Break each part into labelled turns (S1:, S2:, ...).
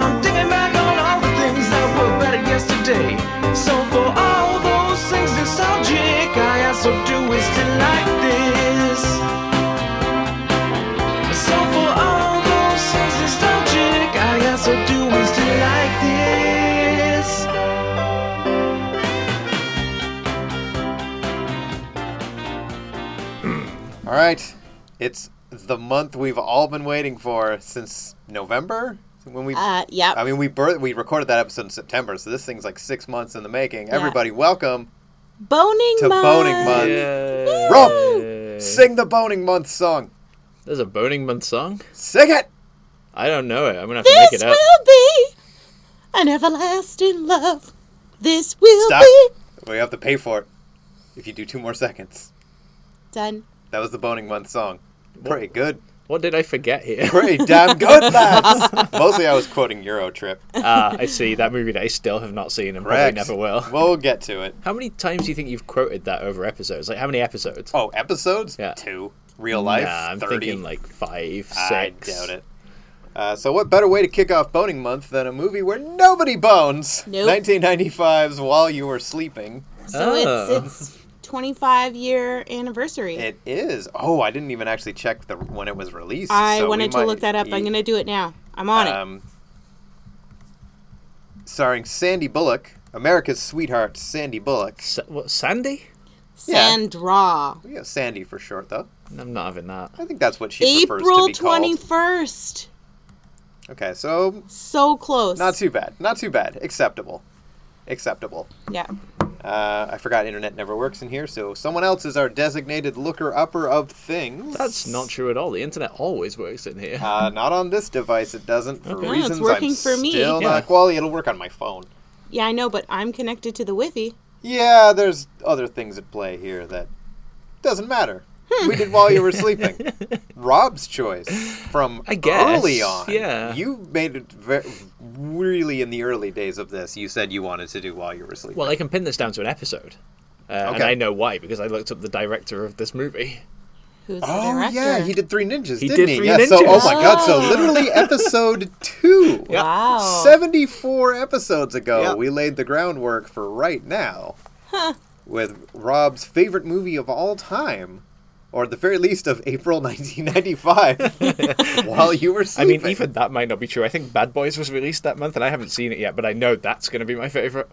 S1: I'm thinking back on all the things that were better yesterday. So for all those things nostalgic, I also do is to like this. So for all those things nostalgic, I also do is to like this.
S2: All right. It's the month we've all been waiting for since November when we
S3: Uh, yep.
S2: I mean we birth- we recorded that episode in September, so this thing's like 6 months in the making. Everybody welcome.
S3: boning
S2: to
S3: month.
S2: boning month.
S3: Uh,
S4: Yeah.
S2: Rob,
S4: There's
S2: sing the boning month song.
S4: a boning month song?
S2: Sing it.
S4: I don't know it. I'm gonna have to make
S3: This
S4: it up.
S3: will be an everlasting love. This will
S2: Stop.
S3: be
S2: We have to pay for it if you do two more seconds.
S3: done.
S2: That was the boning month song. Pretty good.
S4: What did I forget here?
S2: Pretty damn good, lads. Mostly I was quoting Euro Trip.
S4: Ah, I see that movie that I still have not seen and
S2: Correct.
S4: probably never will.
S2: We'll get to it.
S4: How many times do you think you've quoted that over episodes? Like how many episodes?
S2: Oh, episodes?
S4: Yeah.
S2: Two. Real life?
S4: Nah, I'm
S2: 30.
S4: thinking like five, six.
S2: I doubt it. Uh, so, what better way to kick off boning month than a movie where nobody bones?
S3: Nope.
S2: 1995's While You Were Sleeping.
S3: So
S4: Oh.
S3: it's it's 25 year anniversary.
S2: It is. Oh, I didn't even actually check the when it was released.
S3: I
S2: so we
S3: wanted to
S2: might
S3: look that up.
S2: be-
S3: I'm gonna do it now. I'm on it.
S2: um, Starring Sandy Bullock, America's sweetheart, Sandy Bullock.
S4: Sa- what, Sandy?
S2: yeah.
S3: Sandra.
S2: We got Sandy for short, though.
S4: I'm not having that.
S2: I think that's what she prefers to
S3: April
S2: be called.
S3: 21st.
S2: Okay, so
S3: So close.
S2: not too bad. Not too bad. Acceptable. Acceptable.
S3: Yeah.
S2: Uh, I forgot internet never works in here, so someone else is our designated looker upper of things.
S4: That's not true at all. The internet always works in here.
S2: Uh, not on this device, it doesn't for
S4: Okay. No, it's
S2: reasons
S3: working
S2: I'm
S3: for me.
S2: still
S4: Yeah.
S2: not quality. It'll work on my phone.
S3: Yeah, I know, but I'm connected to the Wi-Fi.
S2: Yeah, there's other things at play here that doesn't matter.
S4: Hmm.
S2: We did while you were sleeping. Rob's choice from
S4: I guess,
S2: early on.
S4: yeah.
S2: you made it ve- really in the early days of this. You said you wanted to do while you were sleeping.
S4: Well, I can pin this down to an episode. Uh, And
S2: Okay.
S4: I know why, because I looked up the director of this movie.
S3: Who's
S2: Oh
S3: the director?
S2: yeah, he did Three Ninjas,
S4: He
S2: didn't
S4: did
S2: he?
S4: Three
S2: yeah. So, oh
S4: Ninjas.
S2: my God! So
S3: Ah.
S2: literally episode two,
S4: Yeah.
S3: Wow.
S2: seventy-four episodes ago,
S4: Yeah.
S2: we laid the groundwork for right now with Rob's favorite movie of all time, or at the very least of April nineteen ninety-five, while you were
S4: I mean,
S2: sleeping.
S4: even that might not be true. I think Bad Boys was released that month, and I haven't seen it yet, but I know that's going to be my favorite.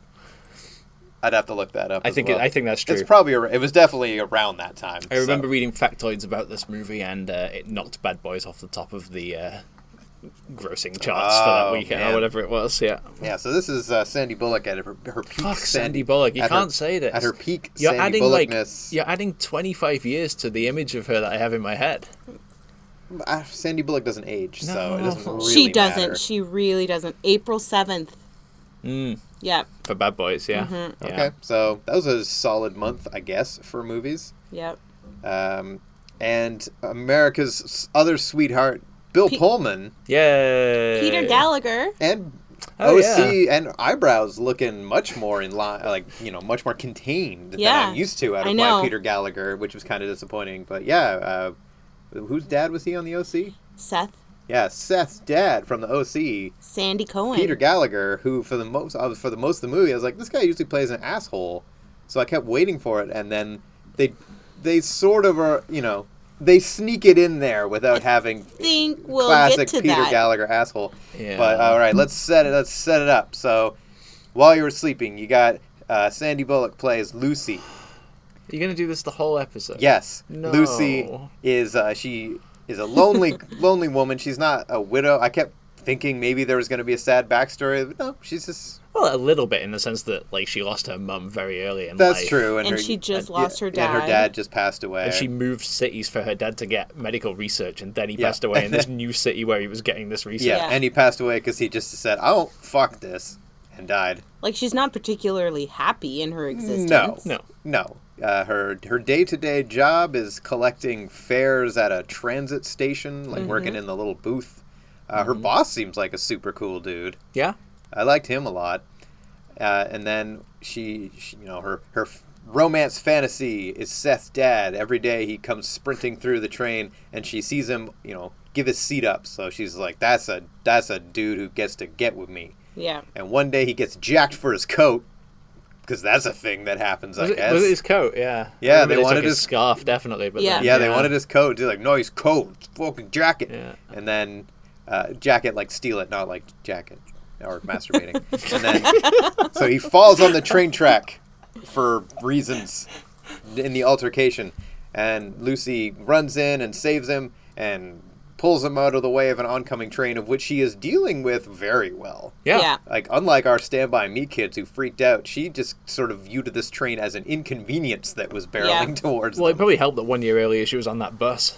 S2: I'd have to look that up.
S4: I
S2: as
S4: think
S2: well.
S4: it, I think that's true.
S2: it's probably ar- it was definitely around that time.
S4: I remember
S2: so.
S4: reading factoids about this movie, and uh, it knocked Bad Boys off the top of the uh, grossing charts for
S2: Oh,
S4: that weekend
S2: man.
S4: or whatever it was. Yeah.
S2: Yeah, so this is uh, Sandy Bullock at her, her peak.
S4: Fuck Sandy Bullock. You
S2: at her-
S4: can't say this.
S2: At her peak,
S4: You're
S2: Sandy
S4: adding like
S2: Bullockness.
S4: you're adding 25 years to the image of her that I have in my head.
S2: Uh, Sandy Bullock doesn't age, so it doesn't
S4: No.
S2: really
S3: she doesn't.
S2: matter.
S3: She really doesn't. April 7th.
S4: Mm,
S3: Yep.
S4: for Bad Boys, yeah. Yeah.
S2: Okay, so that was a solid month, I guess, for movies.
S3: Yep.
S2: Um, and America's s- other sweetheart, Bill
S3: Pe-
S2: Pullman,
S4: Yay.
S3: Peter Gallagher.
S2: and
S4: Oh,
S2: OC and eyebrows looking much more in line, like you know, much more contained
S3: Yeah,
S2: than I'm used to out
S3: I
S2: of
S3: know.
S2: my Peter Gallagher, which was kind of disappointing. But yeah, uh, whose dad was he on the OC?
S3: Seth.
S2: Yeah, Seth's dad from the OC
S3: Sandy Cohen.
S2: Peter Gallagher, who for the most I was for the most of the movie, I was like, this guy usually plays an asshole, so I kept waiting for it, and then they they sort of are, you know, they sneak it in there without having
S3: think we'll
S2: classic
S3: get to
S2: Peter
S3: that.
S2: Gallagher asshole.
S4: Yeah.
S2: But uh, all right, let's set it. Let's set it up. So while you were sleeping, you got uh, Sandy Bullock plays Lucy.
S4: You're gonna do this the whole episode.
S2: Yes,
S4: No.
S2: Lucy is uh, she is a lonely lonely woman. She's not a widow. I kept thinking maybe there was going to be a sad backstory, but no, she's just
S4: Well, a little bit in the sense that like she lost her mum very early in
S2: That's
S4: life.
S2: true. And,
S3: And
S2: her,
S3: she
S2: and-
S3: just lost her
S2: And her
S3: dad.
S2: dad just passed away.
S4: And she moved cities for her dad to get medical research, and then he
S2: Yeah.
S4: passed away in this new city where he was getting this research.
S2: yeah,
S3: Yeah.
S2: and he passed away because he just said, "I don't fuck this," and died.
S3: Like she's not particularly happy in her existence.
S2: No,
S4: No.
S2: no. Uh, her her day to day job is collecting fares at a transit station, like
S3: Mm-hmm.
S2: working in the little
S4: Mm-hmm.
S2: booth. Uh, Her boss seems like a super cool dude.
S4: Yeah?
S2: I liked him a lot. uh, and then she, she, you know, her her f- romance fantasy is Seth's dad. Every day he comes sprinting through the train, and she sees him, you know, give his seat up. So she's like, "That's a that's a dude who gets to get with me."
S3: Yeah.
S2: And one day he gets jacked for his coat, because that's a thing that happens,
S4: Was
S2: I
S4: it,
S2: guess.
S4: was it his coat? Yeah.
S2: Yeah,
S4: I
S2: they
S4: remember took
S2: wanted
S4: his
S2: his-
S4: scarf definitely, but
S3: Yeah.
S4: then-
S2: yeah, they wanted his coat. They're like, "No, his coat, his fucking jacket."
S4: Yeah.
S2: And then uh, jacket, like steal it, not like jacket or masturbating. and then so he falls on the train track for reasons in the altercation, and Lucy runs in and saves him and pulls him out of the way of an oncoming train, of which she is dealing with very well.
S4: yeah,
S3: Yeah.
S2: Like unlike our standby me kids who freaked out, she just sort of viewed this train as an inconvenience that was barreling towards
S4: Well, it
S2: them.
S4: probably helped that one year earlier she was on that bus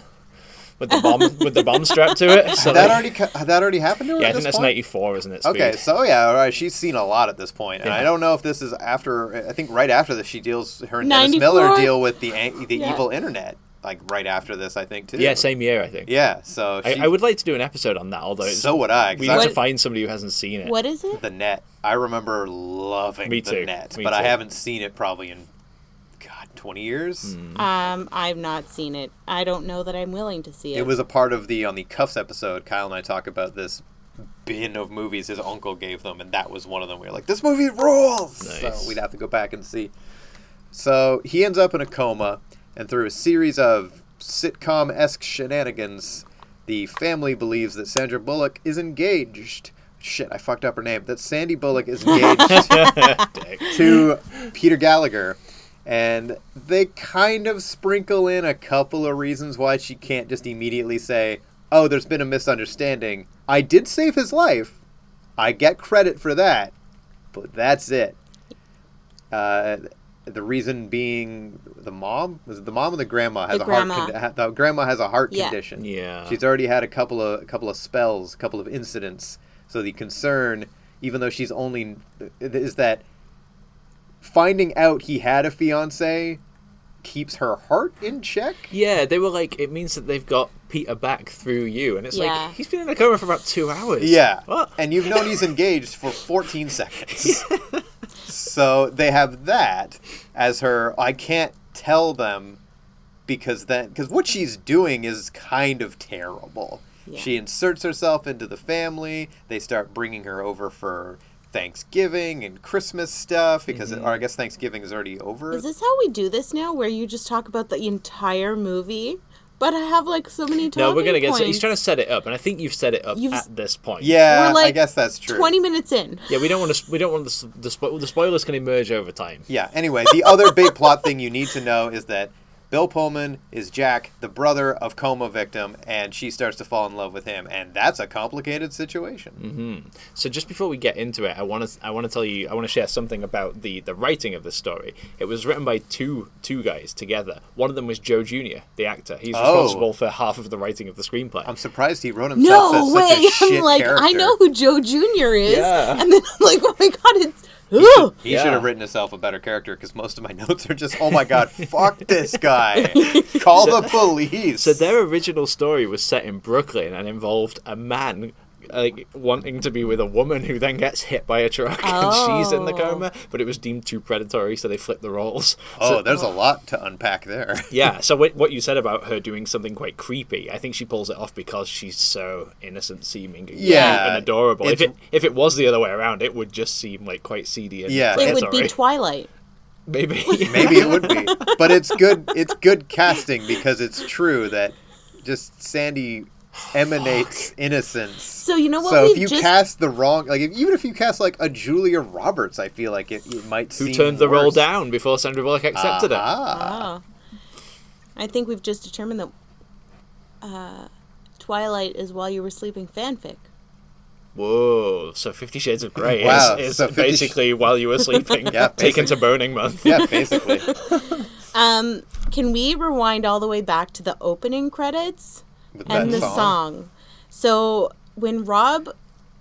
S4: with the bomb with the bomb strapped to it. So
S2: that
S4: like-
S2: already ca- that already happened to her.
S4: yeah,
S2: at
S4: I think
S2: this
S4: that's
S2: point?
S4: ninety four, isn't it? Speed?
S2: Okay, so yeah, all right, she's seen a lot at this point, and I
S4: Yeah.
S2: don't know if this is after. I think right after this, she deals her and Dennis
S3: 94?
S2: Miller deal with the an- the
S3: Yeah.
S2: evil internet, like right after this, I think too.
S4: yeah, same year I think.
S2: yeah. So she,
S4: I, I would like to do an episode on that, although it's,
S2: So would I. 'cause
S4: we
S2: I
S4: need to
S3: What-
S4: find somebody who hasn't seen it.
S3: What is it?
S2: the net. I remember loving
S4: Me
S2: the
S4: too,
S2: net,
S4: me
S2: but I
S4: too.
S2: haven't seen it probably in God twenty years.
S4: Hmm. Mm-hmm.
S3: Um, I've not seen it. I don't know that I'm willing to see it.
S2: It was a part of the on the cuffs episode. Kyle and I talk about this bin of movies his uncle gave them, and that was one of them. We were like, "This movie rules!"
S4: Nice.
S2: So we'd have to go back and see. So he ends up in a coma, and through a series of sitcom esque shenanigans, the family believes that Sandra Bullock is engaged. Shit, I fucked up her name. That Sandy Bullock is engaged
S4: Dick.
S2: to Peter Gallagher. And they kind of sprinkle in a couple of reasons why she can't just immediately say, Oh, there's been a misunderstanding. I did save his life. I get credit for that. But that's it. Uh, the reason being the mom? Was it the mom or the grandma has
S3: The
S2: a
S3: grandma.
S2: heart condi- ha- the grandma has a heart
S3: Yeah.
S2: condition.
S4: Yeah.
S2: She's already had a couple of a couple of spells, a couple of incidents. So the concern, even though she's only, is that finding out he had a fiance keeps her heart in check.
S4: Yeah, they were like, it means that they've got Peter back through you, and it's
S3: Yeah.
S4: like he's been in a coma for about two hours.
S2: Yeah,
S4: What?
S2: and you've known he's engaged for 14 seconds. so they have that as her. I can't tell them because then because what she's doing is kind of terrible.
S3: Yeah.
S2: She inserts herself into the family. They start bringing her over for Thanksgiving and Christmas stuff because or I guess Thanksgiving is already over.
S3: Mm-hmm. Is this how we do this now, where you just talk about the entire movie? But I have like so many talking
S4: No, we're gonna get.
S3: points.
S4: He's trying to set it up, and I think you've set it up
S3: You've-
S4: at this point.
S2: yeah,
S3: We're
S2: I
S3: like
S2: guess that's true.
S3: Twenty minutes in.
S4: Yeah, we don't want to. We don't want the s- the, spo- the spoilers can emerge over time.
S2: Yeah. Anyway, the other big plot thing you need to know is that Bill Pullman is Jack, the brother of coma victim, and she starts to fall in love with him, and that's a complicated situation.
S4: Mm. So just before we get into it, I want to I want to tell you I want to share something about the the writing of this story. It was written by two two guys together. One of them was Joe Jr., the actor. He's
S2: Oh.
S4: responsible for half of the writing of the screenplay.
S2: I'm surprised he wrote himself
S3: No
S2: as
S3: way!
S2: such a shit
S3: I'm like, I
S2: character.
S3: know who Joe Jr. is,
S4: Yeah.
S3: and then I'm like, oh my god, it's. Ugh.
S2: He
S4: Yeah.
S2: should have written himself a better character because most of my notes are just, "Oh my god, fuck this guy, call the police."
S4: So their original story was set in Brooklyn and involved a man like wanting to be with a woman who then gets hit by a truck and she's in the
S3: Oh.
S4: coma, but it was deemed too predatory, so they flipped the roles.
S2: oh,
S4: So-
S2: there's a lot to unpack there.
S4: yeah. So what what you said about her doing something quite creepy, I think she pulls it off because she's so innocent seeming, and
S2: Yeah,
S4: cute and adorable. If
S2: it's-
S4: it if it was the other way around, it would just seem like quite seedy and
S2: Yeah,
S3: It would
S4: predatory.
S3: be Twilight.
S4: maybe.
S2: Maybe it would be, but it's good. It's good casting because it's true that just Sandy emanates innocence.
S3: So you know what?
S2: So if
S3: we've
S2: you
S3: just
S2: cast the wrong, like if, even if you cast like a Julia Roberts, I feel like it, it might
S4: Who
S2: seem
S4: turned the role
S2: worse.
S4: down before Sandra Bullock accepted it?
S2: Ah,
S3: Oh. I think we've just determined that uh, Twilight is while you were sleeping fanfic.
S4: Whoa! So Fifty Shades of Grey
S2: Wow,
S4: is, is
S2: so 50
S4: basically while you were sleeping,
S2: Yeah,
S4: taken to boning month.
S2: yeah, basically.
S3: Um, can we rewind all the way back to the opening credits
S2: With
S3: and
S2: that
S3: the song. So when Rob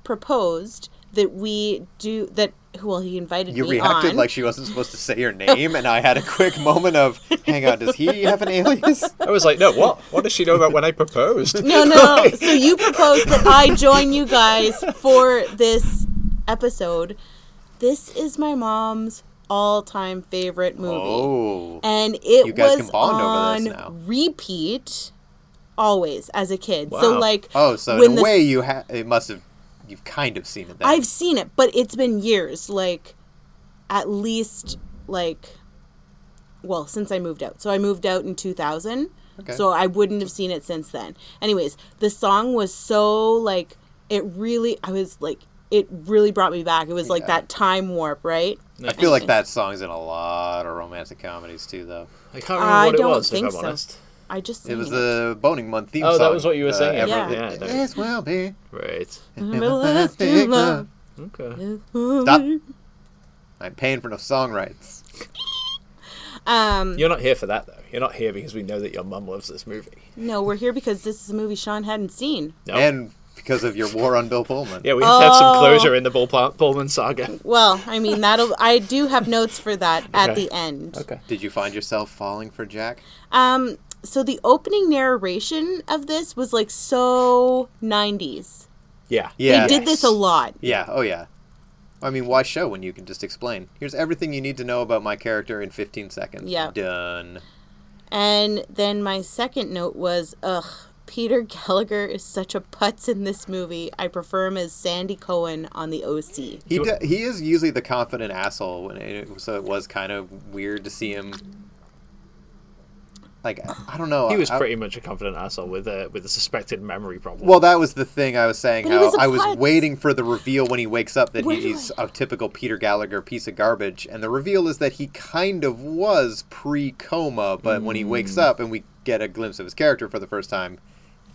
S3: proposed that we do that, well, he invited
S2: you
S3: me
S2: reacted
S3: on.
S2: like she wasn't supposed to say your name, and I had a quick moment of, "Hang on, does he have an alias?"
S4: I was like, no, what? What does she know about when I proposed?
S3: no, no, no. So you proposed that I join you guys for this episode. this is my mom's all-time favorite movie
S2: Oh.
S3: and it
S2: You guys
S3: was
S2: can bond over
S3: on
S2: this now.
S3: repeat always as a kid so
S4: Wow.
S3: like
S2: Oh, so
S3: when
S2: in a
S3: the-
S2: way you ha- it must have you've kind of seen it then.
S3: I've seen it, but it's been years. Like, at least like, well, since I moved out. So I moved out in 2000.
S2: Okay.
S3: So I wouldn't have seen it since then. Anyways, the song was so like it really. I was like, it really brought me back. It was like
S2: Yeah.
S3: that time warp, right?
S2: I feel like that song's in a lot of romantic comedies too, though.
S4: I can't remember
S3: I
S4: what
S3: don't
S4: it was,
S3: think
S4: if I'm
S3: so.
S4: honest.
S3: I just seen
S2: It was the Boning Month theme
S4: Oh,
S2: song. uh,
S4: that was what you were
S2: the
S4: saying.
S3: Yeah.
S2: Everything-
S4: Yeah,
S2: This will be.
S4: Right.
S3: In the middle of in love.
S4: Okay.
S2: Stop. I'm paying for no song rights.
S3: Um,
S4: You're not here for that, though. You're not here because we know that your mum loves this movie.
S3: no, we're here because this is a movie Sean hadn't seen.
S4: No.
S2: And because of your war on Bill Pullman.
S4: yeah, we have to have some
S3: Oh.
S4: closure in the Bull Pul- Pullman saga.
S3: Well, I mean that'll. I do have notes for that at
S4: Okay.
S3: the end.
S4: Okay.
S2: Did you find yourself falling for Jack?
S3: Um, so the opening narration of this was like so 90s.
S4: Yeah.
S2: Yeah.
S3: They did this a lot.
S2: Yeah, oh yeah. I mean, why show when you can just explain? Here's everything you need to know about my character in 15 seconds.
S3: Yeah.
S2: Done.
S3: And then my second note was, ugh, Peter Gallagher is such a putz in this movie. I prefer him as Sandy Cohen on the OC.
S2: He,
S4: Do-
S2: d he is usually the confident asshole, when it, so it was kind of weird to see him. Like, I I don't know.
S4: He was
S2: I-
S4: pretty much a confident asshole with a with a suspected memory problem.
S2: Well, that was the thing I was saying.
S3: But he
S2: how
S3: was a
S2: I was
S3: putz.
S2: waiting for the reveal when he wakes up that
S3: Where do
S2: he's a typical Peter Gallagher piece of garbage, and the reveal is that he kind of was pre-coma, but when he
S3: Mm.
S2: wakes up and we get a glimpse of his character for the first time,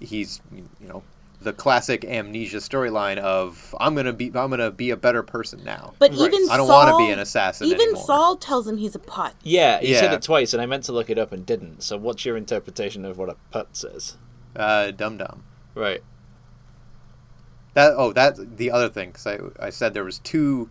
S2: he's you know the classic amnesia storyline of I'm gonna be I'm gonna be a better person now.
S3: But
S4: Right.
S3: even
S2: I don't
S3: Saul,
S2: wanna be an assassin
S3: Even
S2: anymore.
S3: Saul tells him he's a putz.
S4: yeah, he said
S2: Yeah.
S4: it twice, and I meant to look it up and didn't. So, what's your interpretation of what a putz is?
S2: Uh, dum dum.
S4: Right.
S2: That oh that's the other thing because I I said there was two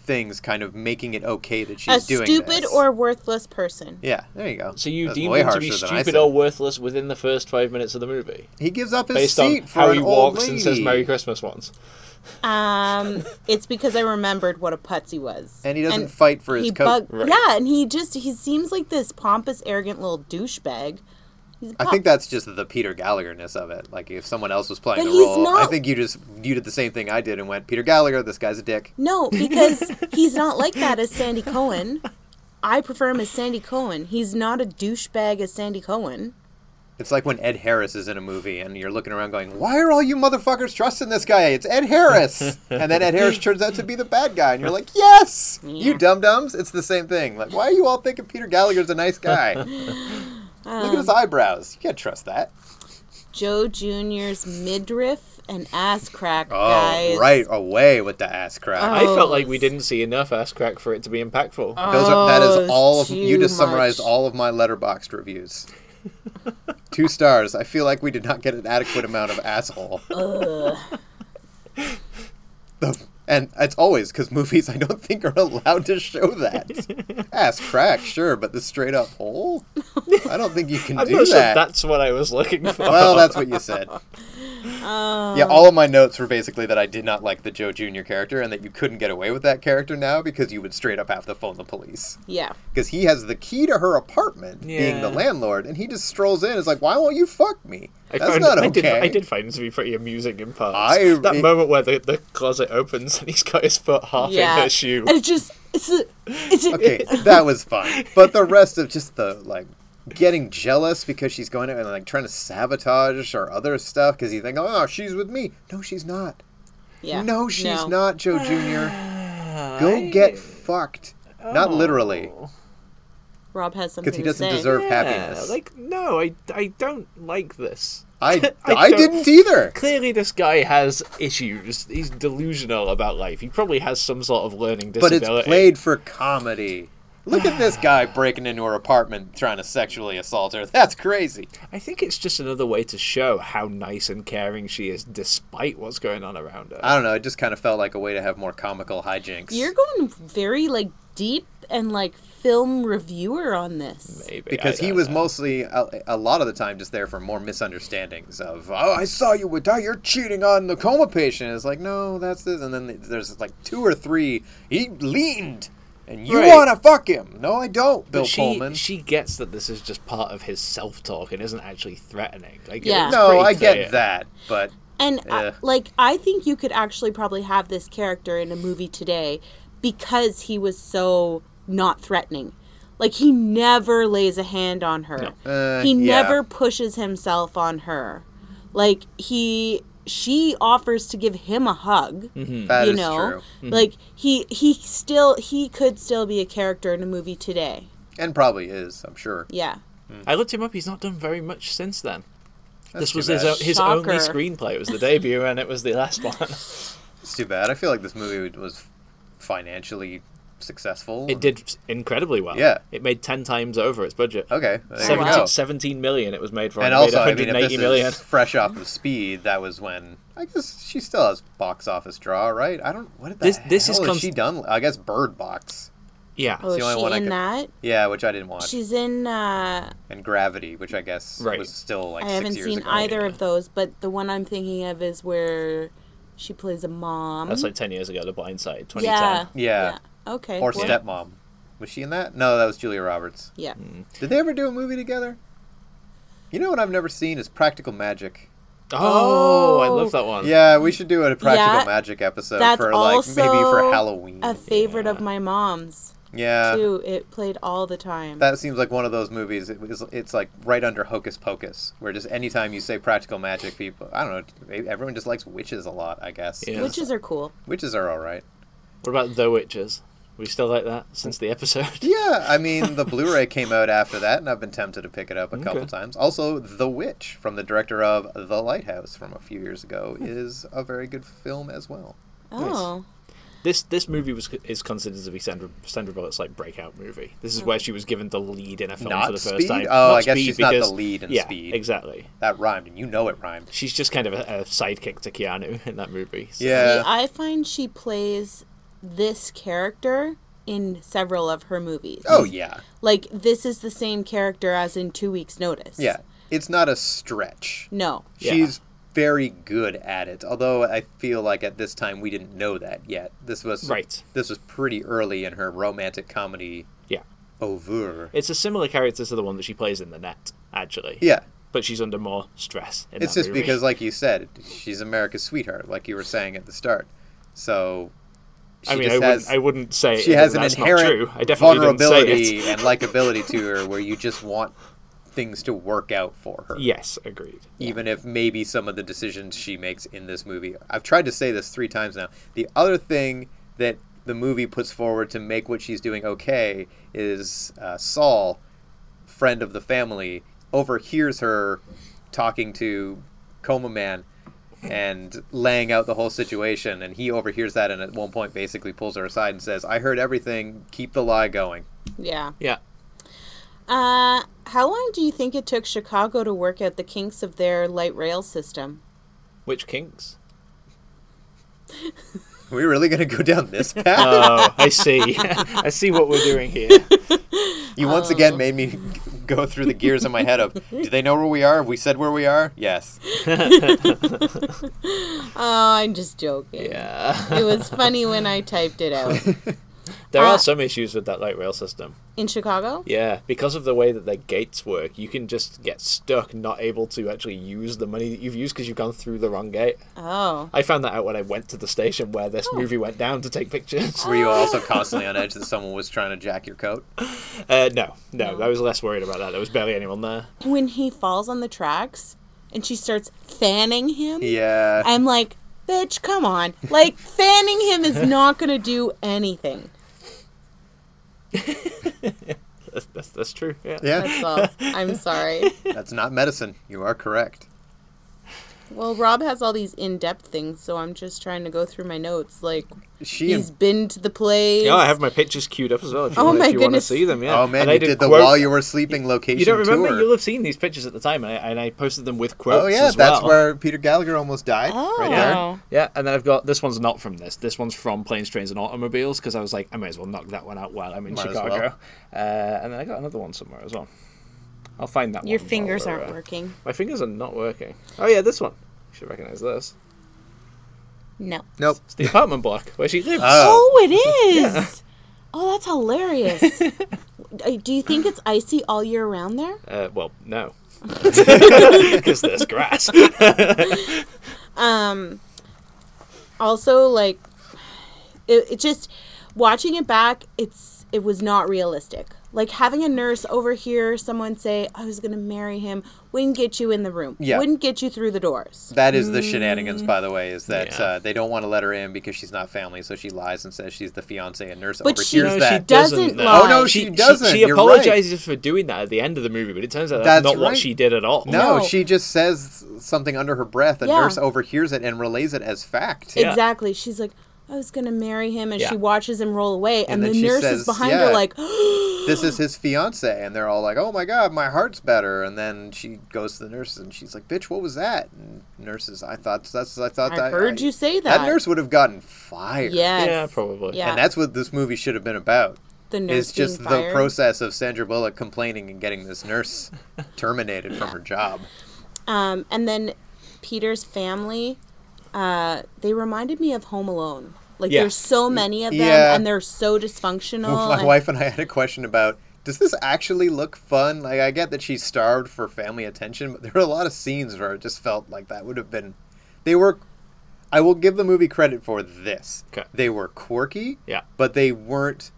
S2: things kind of making it okay that she's
S3: A
S2: doing
S3: stupid
S2: this.
S3: or worthless person.
S2: Yeah, there you go.
S4: So you
S2: That's
S4: deemed
S2: way
S4: him to be
S2: harsher than I
S4: stupid
S2: said.
S4: or worthless within the first five minutes of the movie,
S2: He gives up his
S4: based
S2: seat
S4: on
S2: for
S4: how
S2: an
S4: he
S2: old
S4: walks
S2: lady.
S4: and says "Merry Christmas" once.
S3: Um, it's because I remembered what a putz he was.
S2: And he doesn't fight for his
S3: he
S2: coat.
S3: bug-
S4: Right.
S3: Yeah, and he just he seems like this pompous, arrogant little douchebag. He's a
S2: I
S3: pup.
S2: think that's just the Peter Gallagher-ness of it. Like if someone else was playing
S3: But
S2: the
S3: he's
S2: role, I
S3: not-
S2: think you just you did the same thing I did and went Peter Gallagher. This guy's a dick.
S3: no, because he's not like that as Sandy Cohen. I prefer him as Sandy Cohen. He's not a douchebag as Sandy Cohen.
S2: It's like when Ed Harris is in a movie and you're looking around going, "Why are all you motherfuckers trusting this guy? It's Ed Harris." and then Ed Harris turns out to be the bad guy, and you're like, "Yes, you dum dums." It's the same thing. Like, why are you all thinking Peter Gallagher's a nice guy? Look at
S3: Um,
S2: his eyebrows. You can't trust that.
S3: Joe Junior's midriff and ass crack,
S2: Oh,
S3: guys.
S2: right away with the ass crack.
S4: I felt like
S3: Oh,
S4: we didn't see enough ass crack for it to be impactful.
S2: Those are that
S3: Oh,
S2: is all of
S3: too
S2: you just summarized
S3: much.
S2: all of my letterboxed reviews. Two stars. I feel like we did not get an adequate amount of asshole. The- and it's always because movies I don't think are allowed to show that. Ass crack, sure, but the straight up hole? I don't think you can
S4: I'm
S2: do
S4: not sure
S2: that.
S4: that's what I was looking for.
S2: Well, that's what you said. yeah, all of my notes were basically that I did not like the Joe Jr. character and that you couldn't get away with that character now because you would straight up have to phone the police
S3: Yeah.
S2: because he has the key to her apartment, being the
S4: Yeah.
S2: landlord, and he just strolls in. It's like, why won't you fuck me?
S4: I
S2: That's
S4: found,
S2: not
S4: I
S2: okay.
S4: did, I did find him to be pretty amusing in parts.
S2: I-
S4: that
S2: it-
S4: moment where the, the closet opens and he's got his foot half
S3: Yeah.
S4: in her shoe.
S3: And it just it's a, it's a,
S2: Okay, that was fun, but the rest of just the like getting jealous because she's going out and like trying to sabotage or other stuff because you think, oh, she's with me. No, she's not.
S3: yeah.
S2: No, she's not, Joe Jr. Go get fucked.
S4: Oh.
S2: Not literally,
S3: Rob has something
S2: because he doesn't
S3: to say.
S2: deserve
S4: Yeah,
S2: happiness.
S4: Like no, I, I don't like this.
S2: I,
S4: I
S2: I,
S4: don't-
S2: didn't either.
S4: Clearly, this guy has issues. He's delusional about life. He probably has some sort of learning
S2: But
S4: disability.
S2: it's played for comedy. Look at this guy breaking into her apartment trying to sexually assault her. That's crazy.
S4: I think it's just another way to show how nice and caring she is, despite what's going on around her.
S2: I don't know. It just kind of felt like a way to have more comical hijinks.
S3: You're going very like deep and like film reviewer on this.
S4: Maybe.
S2: because
S4: I
S2: he
S4: don't
S2: was
S4: know.
S2: mostly a, a lot of the time just there for more misunderstandings of oh I saw you with that you're cheating on the coma patient it's like no that's this and then there's like two or three he leaned and you
S4: Right.
S2: want to fuck him no I don't Bill
S4: But she,
S2: Pullman
S4: she gets that this is just part of his self talk and isn't actually threatening. Like,
S3: Yeah.
S4: it's
S2: no
S4: pretty
S2: I get
S4: clear.
S2: that but
S3: And I-
S2: Yeah.
S3: like I think you could actually probably have this character in a movie today because he was so not threatening. Like he never lays a hand on her.
S2: Uh,
S3: he
S2: yeah.
S3: never pushes himself on her. Like he she offers to give him a hug.
S2: Mm-hmm. that is
S3: Mm. you know
S2: true Mm-hmm.
S3: like he he still he could still be a character in a movie today
S2: and probably is I'm sure
S3: yeah
S4: I looked him up. He's not done very much since then. this
S2: too
S4: was his,
S2: bad.
S4: o- his
S3: Shocker.
S4: only screenplay. It was the debut, and it was the last one.
S2: it's too bad I feel like this movie was financially successful
S4: It did incredibly well.
S2: Yeah.
S4: It made 10 times over its budget.
S2: okay there you
S3: Seventeen-
S2: go.
S4: 17, 17 million it was made for.
S2: and
S4: it
S2: also,
S4: made
S2: I mean, if
S4: 180
S2: this
S4: million.
S2: is fresh off of Speed, that was when I guess she still has box office draw, right? I don't. What the
S4: This-
S2: hell
S4: this is
S2: has
S4: cons-
S2: she done? I guess Bird Box.
S4: Yeah.
S3: oh is
S2: the only
S3: she
S2: one I
S3: in
S2: could-
S3: that
S2: Yeah, which I didn't watch,
S3: she's in uh
S2: and Gravity, which I guess
S4: Right.
S2: was still like
S3: i
S2: six
S3: haven't
S2: years
S3: seen
S2: ago.
S3: either of those but the one i'm thinking of is where she plays a mom
S4: That's like 10 years ago, The Blind Side, 2010.
S3: yeah.
S2: Yeah.
S3: okay
S2: Or
S3: well,
S2: Stepmom. Was she in that? No, that was Julia Roberts.
S3: yeah
S2: Did they ever do a movie together? You know what I've never seen is Practical Magic.
S4: Oh, I
S3: Oh.
S4: love that one.
S2: Yeah, we should do a Practical
S3: Yeah,
S2: Magic episode
S3: that's
S2: for like maybe for
S3: also
S2: Halloween.
S3: a favorite of my mom's
S2: yeah.
S3: too it played all the time
S2: That seems like one of those movies. It was, it's like right under Hocus Pocus, where just anytime you say practical magic, people I don't know. maybe Everyone just likes witches a lot, I guess.
S4: Yeah.
S3: witches are cool
S2: Witches are all right.
S4: What about The Witches? We still like that since the episode.
S2: Yeah, I mean the Blu-ray came out after that, and I've been tempted to pick it up a couple
S4: Okay.
S2: times. Also, The Witch from the director of The Lighthouse from a few years ago
S4: Hmm.
S2: is a very good film as well.
S3: oh
S4: This this movie was is considered to be Sandra Sandra Bullock's like breakout movie. This is where she was given the lead in a film
S2: Not
S4: for the first
S2: Speed?
S4: time.
S2: Oh,
S4: Not
S2: I guess
S4: Speed
S2: she's not the
S4: because-
S2: lead in
S4: yeah,
S2: Speed.
S4: Exactly.
S2: That rhymed, and you know it rhymed.
S4: She's just kind of a, a sidekick to Keanu in that movie. so-
S2: Yeah,
S3: See, I find she plays this character in several of her movies.
S2: Oh yeah,
S3: Like this is the same character as in 2 weeks notice.
S2: yeah. It's not a stretch.
S3: No.
S4: Yeah.
S2: She's very good at it. Although I feel like at this time we didn't know that yet. This was
S4: Right.
S2: This was pretty early in her romantic comedy
S4: Yeah.
S2: over.
S4: It's a similar character to the one that she plays in The Net, actually.
S2: Yeah.
S4: But she's under more stress. In
S2: It's
S4: that
S2: just
S4: movie.
S2: because like you said, she's America's sweetheart, like you were saying at the start. So she
S4: I mean, I
S2: just
S4: wouldn't,
S2: has
S4: I wouldn't say
S2: she
S4: it,
S2: has an
S4: that's not
S2: inherent
S4: true. I definitely Didn't say
S2: vulnerability
S4: it.
S2: and likability to her where you just want things to work out for her.
S4: Yes, agreed.
S2: even if maybe some of the decisions she makes in this movie. I've tried to say this three times now. The other thing that the movie puts forward to make what she's doing okay is uh, Saul, friend of the family, overhears her talking to Coma Man and laying out the whole situation. And he overhears that and at one point basically pulls her aside and says, I heard everything. Keep the lie going.
S3: Yeah.
S4: Yeah.
S3: Uh how long do you think it took Chicago to work out the kinks of their light rail system?
S4: Which kinks?
S2: Are we really going to go down this path?
S4: Oh, I see. I see what we're doing here.
S2: You once
S3: Oh.
S2: again made me go through the gears in my head of, do they know where we are? Have we said where we are? Yes.
S3: Oh, I'm just joking.
S4: Yeah.
S3: It was funny when I typed it out.
S4: There
S3: Uh,
S4: are some issues with that light rail system.
S3: In Chicago?
S4: Yeah, because of the way that their gates work, you can just get stuck, not able to actually use the money that you've used because you've gone through the wrong gate.
S3: Oh.
S4: I found that out when I went to the station where this movie went down to take pictures.
S3: Oh.
S2: Were you also constantly on edge that someone was trying to jack your coat?
S4: Uh, no, no, I was less worried about that. There was barely anyone there.
S3: When he falls on the tracks and she starts fanning him?
S2: Yeah.
S3: I'm like, bitch, come on. Like, fanning him is not going to do anything.
S4: That's, that's, that's true. Yeah.
S2: Yeah.
S3: That's all. I'm sorry.
S2: That's not medicine. You are correct.
S3: Well, Rob has all these in-depth things, so I'm just trying to go through my notes. Like
S2: She
S3: he's
S2: and,
S3: been to the plays.
S4: Yeah, I have my pictures queued up as well. If you,
S3: Oh
S4: want,
S3: my
S4: if you want to
S3: goodness.
S4: see them, yeah.
S2: oh man,
S4: And I
S2: you did the
S4: quote-
S2: while you were sleeping location
S4: You don't remember?
S2: tour.
S4: You'll have seen these pictures at the time, and I, and I posted them with quotes.
S2: oh yeah,
S4: as well.
S2: that's where Peter Gallagher almost died.
S3: Oh.
S2: Right
S4: Yeah.
S2: there.
S3: Oh.
S4: Yeah, and then I've got this one's not from this. This one's from Planes, Trains, and Automobiles because I was like, I may as well knock that one out while I'm in
S2: Might as
S4: Chicago.
S2: well.
S4: Uh, and then I got another one somewhere as well. I'll find that one.
S3: Your
S4: while
S3: fingers
S4: we're,
S3: aren't
S4: uh,
S3: working.
S4: My fingers are not working. Oh yeah, this one. You should recognize this.
S3: No.
S2: Nope.
S4: It's the apartment block where she lives.
S2: Oh.
S3: Oh, it is. Oh, that's hilarious. Uh, Do you think it's icy all year round there?
S4: Uh, well, no. Because there's grass.
S3: also like it, it just watching it back it's it was not realistic like having a nurse over here someone say i was gonna marry him wouldn't get you in the room
S2: Yeah.
S3: wouldn't get you through the doors
S2: That is the shenanigans, by the way, is that
S4: Yeah.
S2: uh, they don't want to let her in because she's not family, so she lies and says she's the fiance and nurse
S3: But she-
S2: overhears
S3: No,
S4: she
S2: that.
S4: does-
S3: doesn't,
S4: Doesn't,
S3: lie
S4: uh,
S2: oh no, she, doesn't.
S4: She,
S2: You're right.
S4: apologizes for doing that at the end of the movie, but it turns out that's,
S2: That's
S4: not what
S2: right.
S4: she did at all.
S2: No,
S3: No.
S2: she just says something under her breath. A
S3: Yeah.
S2: nurse overhears it and relays it as fact.
S4: Yeah.
S3: exactly she's like i was gonna marry him and
S4: Yeah.
S3: she watches him roll away and,
S2: then
S3: the
S2: she
S3: nurse
S2: says,
S3: is behind
S2: yeah.
S3: her like
S2: This is his fiance, and they're all like, "Oh my god, my heart's better." And then she goes to the nurse and she's like, "Bitch, what was that?" And nurses, I thought that's I thought
S3: i
S2: that,
S3: heard
S2: I-
S3: you say that
S2: That nurse would have gotten fired.
S3: yes
S4: Yeah, probably.
S3: yeah
S2: And that's what this movie should have been about.
S3: the nurse
S2: Is just
S3: being
S2: the
S3: fired.
S2: process of Sandra Bullock complaining and getting this nurse terminated from her job.
S3: Um, and then Peter's family, uh, they reminded me of Home Alone. Like
S4: Yeah.
S3: there's so many of them,
S2: Yeah.
S3: and they're so dysfunctional.
S2: My
S3: and-
S2: wife and I had a question about does this actually look fun? Like I get that she's starved for family attention, but there were a lot of scenes where it just felt like that would have been they were I will give the movie credit for this.
S4: 'Kay.
S2: They were quirky,
S4: Yeah.
S2: but they weren't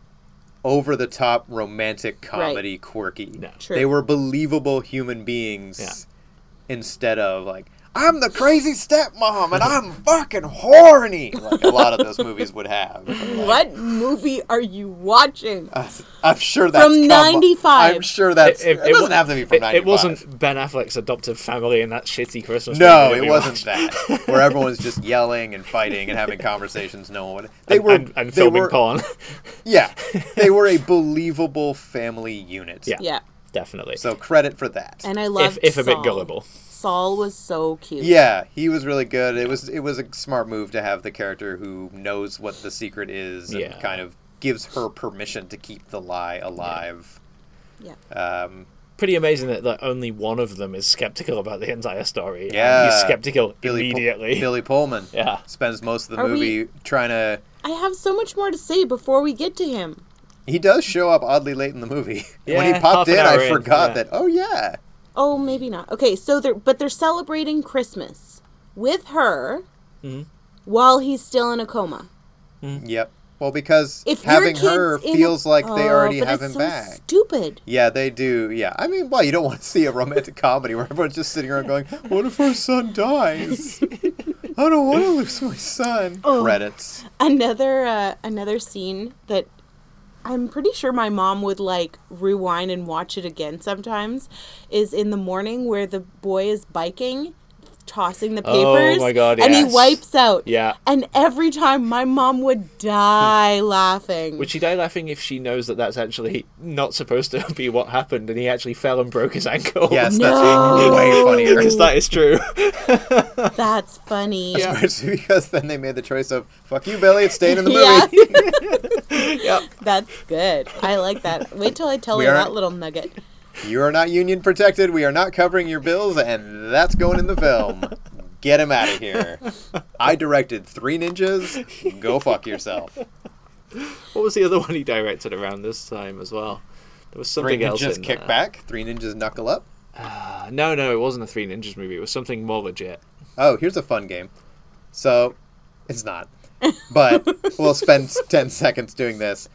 S2: over the top romantic comedy quirky.
S4: No.
S3: True.
S2: They were believable human beings instead of like I'm the crazy stepmom and I'm fucking horny like a lot of those movies would have. Like,
S3: What movie are you watching?
S2: Uh, I'm sure that's
S3: From
S2: come-
S3: 95.
S2: I'm sure that's. It,
S4: wa-
S2: doesn't have to be from
S4: it-
S2: ninety.
S4: It wasn't Ben Affleck's adopted family and that shitty Christmas.
S2: No,
S4: movie that
S2: it
S4: we
S2: wasn't
S4: watched.
S2: that. Where everyone's just yelling and fighting and having conversations. No one. They were.
S4: and, and
S2: they
S4: filming
S2: were,
S4: porn.
S2: Yeah, they were a believable family unit.
S4: Yeah.
S3: yeah,
S4: Definitely.
S2: So credit for that.
S3: and I
S4: if
S3: love
S4: if a bit gullible.
S3: Saul was so cute.
S2: yeah, he was really good. It was it was a smart move to have the character who knows what the secret is and
S4: Yeah.
S2: kind of gives her permission to keep the lie alive.
S3: yeah.
S2: Um,
S4: Pretty amazing that, that only one of them is skeptical about the entire story. and he's
S2: Yeah.
S4: skeptical
S2: Billy Pol-
S4: immediately.
S2: Billy Pullman.
S4: Yeah.
S2: Spends most of the
S3: Are we-
S2: movie trying to
S3: I have so much more to say before we get to him.
S2: He does show up oddly late in the movie. when
S4: Yeah,
S2: he popped
S4: half an
S2: in,
S4: hour
S2: I
S4: in,
S2: forgot
S4: yeah.
S2: that. Oh yeah,
S3: Oh, maybe not. Okay, so they're but they're celebrating Christmas with her
S2: Mm-hmm.
S3: while he's still in a coma.
S2: yep. Well, because
S3: If your
S2: having
S3: kid's
S2: her
S3: in-
S2: feels like they
S3: Oh,
S2: already
S3: but
S2: have
S3: it's
S2: him
S3: so
S2: back.
S3: Stupid.
S2: Yeah, they do. Yeah, I mean, well, you don't want to see a romantic comedy where everyone's just sitting around going, "What if our son dies? I don't want to lose my son."
S3: Oh.
S2: Credits.
S3: another uh, another scene that I'm pretty sure my mom would like rewind and watch it again sometimes is in the morning where the boy is biking tossing the
S4: Oh
S3: papers
S4: my God,
S3: and
S4: yes.
S3: he wipes out
S4: Yeah.
S3: and every time my mom would die laughing
S4: Would she die laughing if she knows that that's actually not supposed to be what happened and he actually fell and broke his ankle?
S2: Yes,
S3: Oh, No.
S2: that's way funnier.
S4: Because that is true.
S3: that's funny
S4: Yeah.
S2: Especially because then they made the choice of "fuck you, Billy," it's staying in the movie.
S3: Yeah.
S4: yeah.
S3: that's good i like that wait till i tell
S2: We
S3: her
S2: aren't-
S3: that little nugget
S2: You are not union protected. We are not covering your bills, and that's going in the film. Get him out of here. I directed Three Ninjas. Go fuck yourself.
S4: What was the other one he directed around this time as well? There was
S2: Three
S4: something else.
S2: Ninjas
S4: in
S2: kick
S4: there.
S2: back. Three Ninjas knuckle up.
S4: Uh, no, no, it wasn't a Three Ninjas movie. It was something more legit.
S2: Oh, here's a fun game. So, it's not. But we'll spend 10 seconds doing this.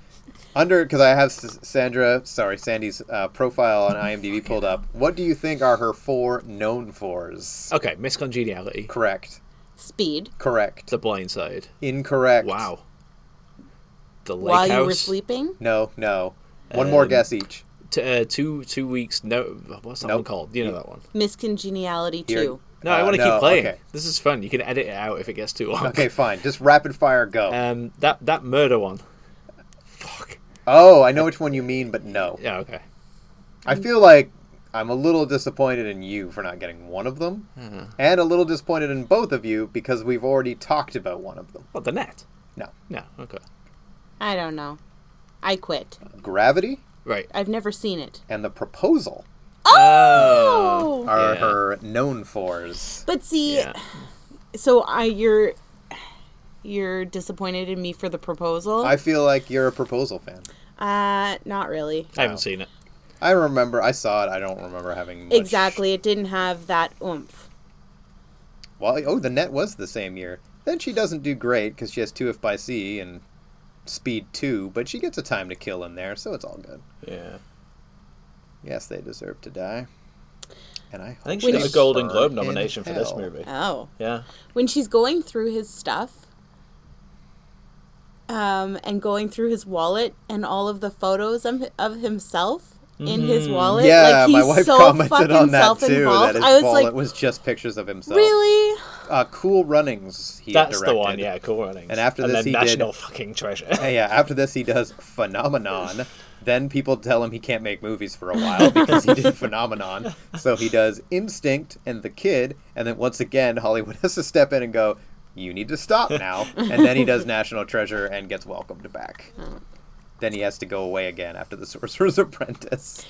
S2: Under, because I have S- Sandra, sorry, Sandy's uh, profile on IMDb pulled up. What do you think are her four known fors?
S4: Okay, Miss Congeniality.
S2: Correct.
S3: speed
S2: Correct.
S4: The Blind Side.
S2: Incorrect.
S4: Wow. The Lake
S3: while
S4: House.
S3: you were sleeping
S2: No, no. One more guess each.
S4: T- uh, two two weeks. No, what's that one
S2: Nope.
S4: called? You know that one.
S3: miscongeniality
S2: Here-
S3: too
S4: No, I
S2: Uh,
S4: want to
S2: no,
S4: keep playing.
S2: okay.
S4: This is fun. You can edit it out if it gets too long.
S2: Okay, fine. Just rapid fire go.
S4: Um, that that murder one. Fuck.
S2: oh, I know which one you mean, but no.
S4: Yeah. Okay.
S2: I feel like I'm a little disappointed in you for not getting one of them,
S4: Mm-hmm.
S2: and a little disappointed in both of you because we've already talked about one of them.
S4: What the net?
S2: No,
S4: No. Okay.
S3: I don't know. I quit.
S2: Gravity
S4: Right.
S3: I've never seen it.
S2: and The Proposal
S3: Oh.
S2: are
S4: Yeah.
S2: her known fors.
S3: But see,
S4: Yeah.
S3: so I you're you're disappointed in me for the proposal?
S2: I feel like you're a Proposal fan.
S3: uh not really.
S4: I haven't seen it.
S2: I remember I saw it. I don't remember having much.
S3: Exactly. It didn't have that oomph.
S2: Well, oh, the net was the same year. Then she doesn't do great because she has two F by C and speed two, but she gets a time to kill in there, so it's all good.
S4: Yeah.
S2: Yes, they deserve to die. And I, hope
S4: I think she
S2: they
S4: got a Golden
S2: burn
S4: Globe
S2: in
S4: nomination for this
S2: hell.
S4: movie.
S3: Oh.
S4: Yeah.
S3: When she's going through his stuff um and going through his wallet and all of the photos of, of himself in his wallet
S2: Yeah,
S3: like he's
S2: my wife
S3: so
S2: commented
S3: fucking
S2: on that too. That
S3: self-involved.
S2: his
S3: I was
S2: wallet
S3: like,
S2: was just pictures of himself.
S3: "Really?"
S2: Uh, cool Runnings. He had
S4: That's the one.
S2: directed.
S4: Yeah. Cool Runnings.
S2: And after this
S4: then
S2: he did-
S4: National fucking Treasure.
S2: And yeah, after this, he does Phenomenon. then people tell him he can't make movies for a while because he did Phenomenon. So he does Instinct and The Kid. And then once again, Hollywood has to step in and go, you need to stop now. And then he does National Treasure and gets welcomed back. Then he has to go away again after The Sorcerer's Apprentice.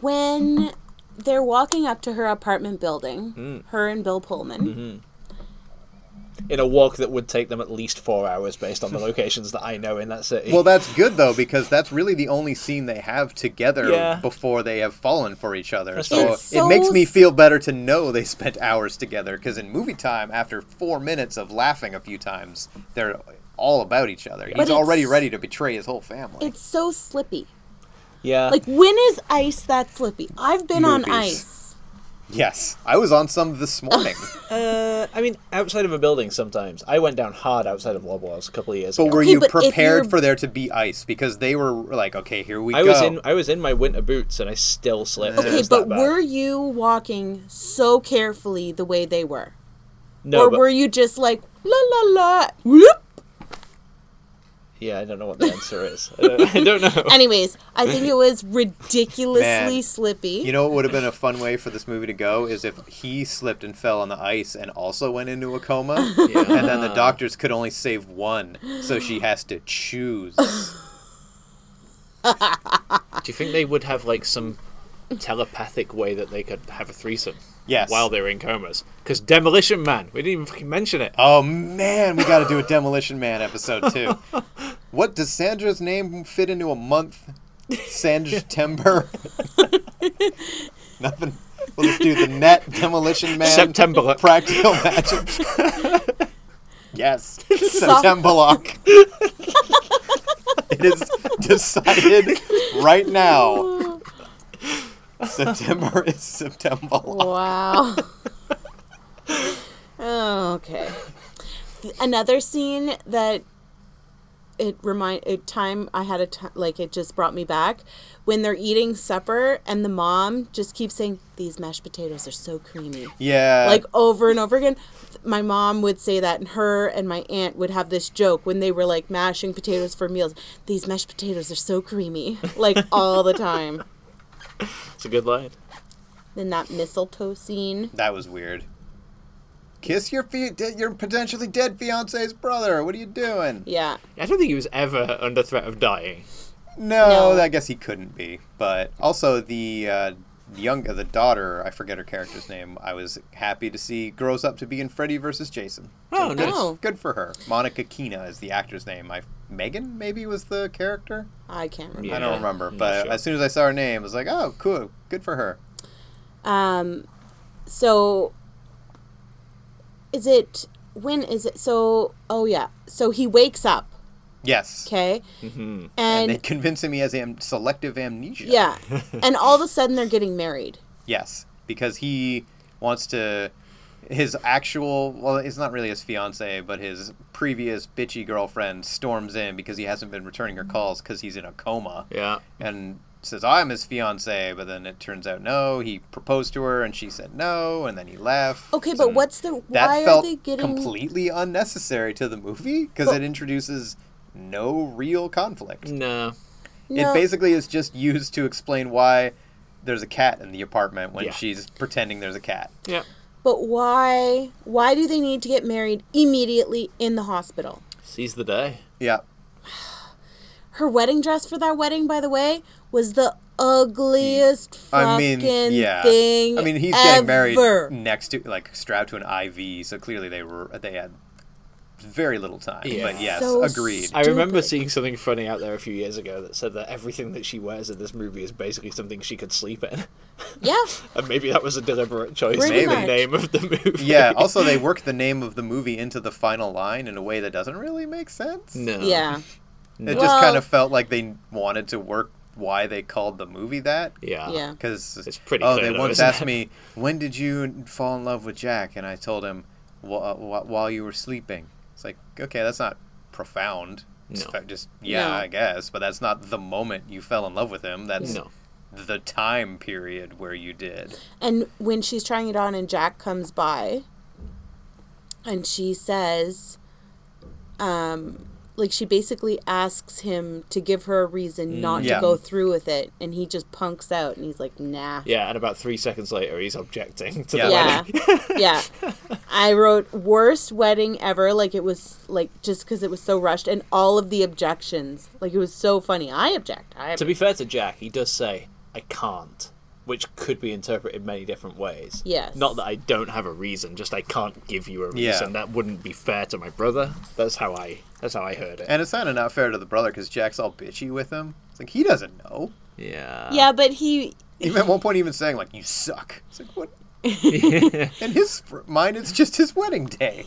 S3: when they're walking up to her apartment building, her and Bill Pullman,
S4: in a walk that would take them at least four hours based on the locations that I know in that city.
S2: Well, that's good, though, because that's really the only scene they have together
S4: Yeah.
S2: before they have fallen for each other.
S4: That's
S2: So
S4: true.
S2: it
S3: It's so
S2: makes me
S3: s-
S2: feel better to know they spent hours together, because in movie time, after four minutes of laughing a few times, they're all about each other. He's
S3: it's-
S2: already ready to betray his whole family.
S3: it's so slippy.
S4: yeah.
S3: Like, when is ice that slippy? I've been on
S2: Movies.
S3: ice.
S2: Yes, I was on some this morning.
S4: uh, I mean, outside of a building sometimes. I went down hard outside of Loblaws a couple of years
S2: But
S4: ago.
S2: were
S3: Okay,
S2: you
S3: but if
S2: prepared
S3: you're-
S2: for there to be ice? Because they were like, okay, here we
S4: I
S2: go.
S4: was in I was in my winter boots and I still slipped. It
S3: Okay,
S4: was
S3: but
S4: that bad.
S3: were you walking so carefully the way they were?
S4: no,
S3: or
S4: but-
S3: were you just like, la la la, whoop?
S4: yeah, I don't know what the answer is. I don't, I don't know.
S3: Anyways, I think it was ridiculously
S2: Man.
S3: slippy.
S2: You know what would have been a fun way for this movie to go is if he slipped and fell on the ice and also went into a coma, and then the doctors could only save one, so she has to choose.
S4: Do you think they would have like some telepathic way that they could have a threesome
S2: Yes.
S4: while they were in comas? Because Demolition Man, we didn't even fucking mention it.
S2: Oh man, we got to do a Demolition Man episode too. What does Sandra's name fit into a month? Sanj Timber. Nothing. We'll just do the net Demolition Man.
S4: September.
S2: Practical magic. yes. September lock. it is decided right now. September is September lock.
S3: Wow. okay. Another scene that it remind it time I had a t- like it just brought me back when they're eating supper and the mom just keeps saying these mashed potatoes are so creamy.
S2: Yeah.
S3: Like over and over again. My mom would say that and her and my aunt would have this joke when they were like mashing potatoes for meals. These mashed potatoes are so creamy like all the time.
S4: It's a good line.
S3: Then that mistletoe scene.
S2: That was weird. Kiss your fi- de- your potentially dead fiance's brother. What are you doing?
S3: Yeah.
S4: I don't think he was ever under threat of dying.
S2: No,
S3: No.
S2: I guess he couldn't be. But also the uh, young the daughter, I forget her character's name. I was happy to see grows up to be in Freddy versus Jason.
S4: Oh,
S2: good,
S4: nice.
S3: Oh.
S2: good for her. Monica Keena is the actor's name. I Megan maybe was the character.
S3: I can't remember.
S2: I don't
S4: Yeah,
S2: remember,
S4: I'm not
S2: but
S4: sure.
S2: as soon as I saw her name, I was like, "Oh, cool, good for her."
S3: Um, so is it when is it? So oh yeah, so he wakes up,
S2: Yes,
S3: okay,
S2: and
S3: and,
S2: they convince him he has am- selective amnesia.
S3: yeah, and all of a sudden they're getting married.
S2: Yes, because he wants to. His actual, well, it's not really his fiance, but his previous bitchy girlfriend storms in because he hasn't been returning her calls because he's in a coma.
S4: Yeah.
S2: And says I'm his fiance, but then it turns out no, he proposed to her and she said no, and then he left.
S3: Okay, but
S2: and
S3: what's the-
S2: that
S3: why are
S2: felt
S3: they getting-
S2: completely unnecessary to the movie because it
S3: But-
S2: introduces no real conflict.
S4: No.
S3: No,
S2: It basically is just used to explain why there's a cat in the apartment when
S4: Yeah.
S2: she's pretending there's a cat.
S4: Yeah.
S3: but why? Why do they need to get married immediately in the hospital?
S4: Seize the day.
S2: Yeah.
S3: Her wedding dress for that wedding, by the way, was the ugliest fucking
S2: I mean, yeah.
S3: thing.
S2: I mean, he's
S3: ever.
S2: getting married next to, like, strapped to an IV, so clearly they were they had very little time.
S4: Yeah.
S2: But yes,
S3: So
S2: agreed.
S4: I remember
S3: Stupid.
S4: seeing something funny out there a few years ago that said that everything that she wears in this movie is basically something she could sleep in.
S3: Yeah,
S4: And maybe that was a deliberate choice
S3: Pretty
S4: for the
S3: much.
S4: name of the movie.
S2: yeah. Also, they work the name of the movie into the final line in a way that doesn't really make sense.
S4: No.
S3: yeah.
S2: It just
S3: Well-
S2: kind of felt like they wanted to work why they called the movie that.
S4: Yeah.
S3: Yeah.
S2: Because
S4: It's pretty
S2: Oh,
S4: clear,
S2: they
S4: though,
S2: once
S4: isn't
S2: asked
S4: it?
S2: me when did you fall in love with Jack, and I told him "Wh- uh, wh- while you were sleeping. It's like okay, that's not profound. It's
S4: No.
S2: fa- just yeah,
S3: No.
S2: I guess, but that's not the moment you fell in love with him. That's
S4: No.
S2: the time period where you did.
S3: And when she's trying it on and Jack comes by and she says, um, like she basically asks him to give her a reason not
S2: Yeah.
S3: to go through with it and he just punks out and he's like, nah.
S4: Yeah, and about three seconds later, he's objecting to
S2: Yeah.
S4: the
S3: Yeah.
S4: wedding.
S3: yeah. I wrote worst wedding ever. Like it was like just because it was so rushed and all of the objections. Like it was so funny. I object. I object.
S4: To be fair to Jack, he does say, I can't, which could be interpreted many different ways.
S3: Yes.
S4: Not that I don't have a reason, just I can't give you a
S2: Yeah.
S4: reason. That wouldn't be fair to my brother. That's how I that's how I heard it.
S2: And it's kind of not fair to the brother because Jack's all bitchy with him. It's like he doesn't know.
S4: yeah.
S3: yeah, but he.
S2: Even at one point, even saying like "you suck." It's like what? In his mind, it's just his wedding day.